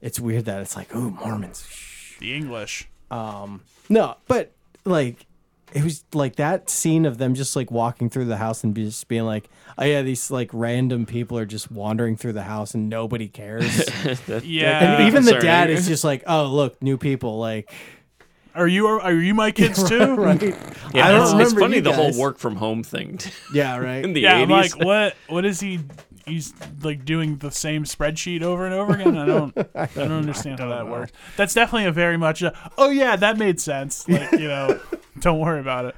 S9: It's weird that it's like, oh, Mormons.
S8: the English.
S9: No, but like it was like that scene of them just like walking through the house and be, just being like, oh yeah, these like random people are just wandering through the house and nobody cares.
S8: Yeah.
S9: and even the
S6: concerning.
S9: dad is just like, oh look, new people. Like
S8: are you are, are you my kids too?
S9: right.
S6: Yeah,
S9: I don't
S6: it's, it's
S9: remember
S6: funny
S9: you
S6: the whole
S9: guys.
S6: work from home thing
S9: Yeah,
S6: in
S9: right.
S6: the
S8: Yeah. I'm
S6: 80s.
S8: like what what is he? He's like doing the same spreadsheet over and over again. I don't I don't understand how that works. That's definitely a very much. A, oh yeah, that made sense. Like you know, don't worry about it.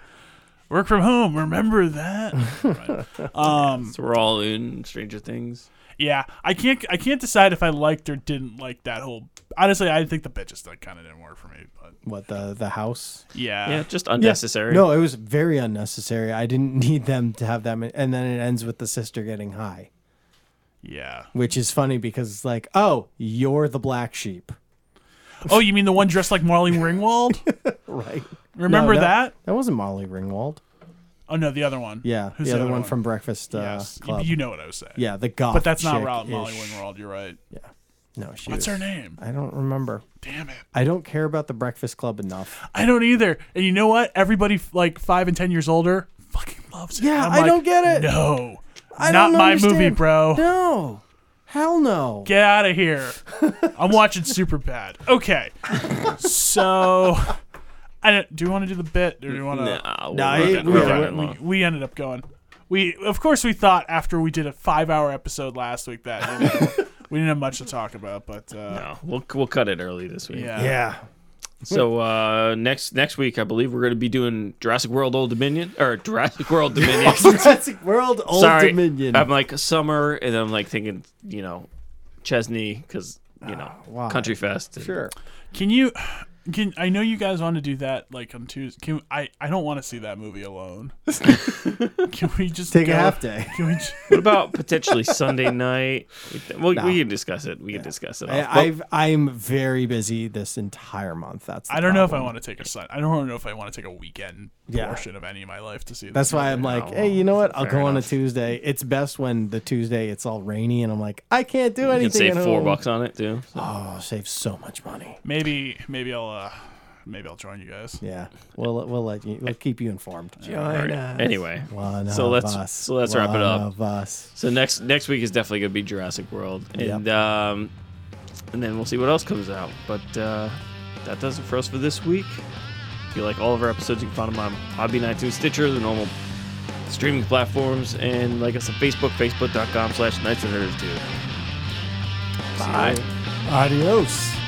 S8: Work from home. Remember that. Right. Um.
S6: so we're all in Stranger Things.
S8: Yeah, I can't. I can't decide if I liked or didn't like that whole. Honestly, I think the bitches that kind of didn't work for me. But
S9: What the the house?
S8: yeah,
S6: Yeah, just unnecessary.
S9: No, it was very unnecessary. I didn't need them to have that. Many, and then it ends with the sister getting high,
S8: yeah.
S9: which is funny because it's like, oh, you're the black sheep,
S8: Oh, you mean the one dressed like Molly Ringwald?
S9: right?
S8: Remember that?
S9: That wasn't Molly Ringwald.
S8: Oh no, the other one.
S9: Yeah,
S8: Who's
S9: the other one, from Breakfast uh,
S8: Yes, you-
S9: Club.
S8: you know what I was saying.
S9: yeah, the goth.
S8: but that's not
S9: chick
S8: Ro- Molly
S9: ish.
S8: Ringwald. You're right.
S9: No, she
S8: What's her
S9: was-
S8: name?
S9: I don't remember.
S8: Damn it.
S9: I don't care about the Breakfast Club enough.
S8: I don't either. And you know what? Everybody f- like five and ten years older fucking loves it.
S9: Yeah,
S8: I'm
S9: I
S8: like,
S9: don't get it.
S8: No,
S9: I
S8: not
S9: don't
S8: my
S9: understand.
S8: movie, bro.
S9: No, hell no.
S8: Get out of here. I'm watching Super Bad. Okay, so I don't, do you want to do the bit or do you want to?
S6: Nah, we're,
S9: Nah,
S6: running-
S9: it-
S6: we're
S9: we-
S6: running
S8: we,
S6: long.
S8: we ended up going. We of course we thought after we did a five hour episode last week that you know, we didn't have much to talk about, but uh,
S6: No, we'll we'll cut it early this week.
S8: yeah,
S9: yeah,
S6: So uh, next next week, I believe we're going to be doing Jurassic World Old Dominion or Jurassic World Dominion.
S9: Jurassic World, Old
S6: Sorry,
S9: Dominion.
S6: I'm like summer, and I'm like thinking, you know, Chesney because you know
S9: Ah, why?
S6: Country Fest. and-
S9: sure.
S8: Can you? Can I know you guys want to do that like on Tuesday? Can I? I don't want to see that movie alone. can we just
S9: Take
S8: go-
S9: a half day.
S8: Can we? Just,
S6: What about potentially Sunday night? We th- Well, we can discuss it. We can discuss it. Off.
S9: I, I've, I'm very busy this entire month. That's the
S8: I don't know if I
S9: problem.
S8: want to take a sun. I don't know if I want to take a weekend
S9: Yeah.
S8: portion of any of my life to see. this
S9: That's why I'm
S8: movie.
S9: like,
S6: Oh,
S9: hey, you know what? I'll
S6: fair
S9: go on a
S6: enough.
S9: Tuesday. It's best when the Tuesday it's all rainy and I'm like, I can't do
S6: you
S9: anything.
S6: can save
S9: at
S6: four
S9: home.
S6: bucks on it too. So-
S9: Oh, save so much money.
S8: maybe maybe I'll uh maybe I'll join you guys.
S9: Yeah, we'll we'll let you. We'll keep you informed.
S7: Join us.
S6: Anyway,
S9: One
S6: So
S9: of
S6: let's-
S9: us.
S6: so let's wrap it
S9: One
S6: up.
S9: Of us.
S6: so next next week is definitely going to be Jurassic World, and um, and then we'll see what else comes out. But uh, that does it for us for this week. If you like all of our episodes, you can find them on Podbean, iTunes, Stitcher, the normal streaming platforms, and like us on Facebook, facebook.com slash Knights of Nerds, dude. See you later.
S9: Adios.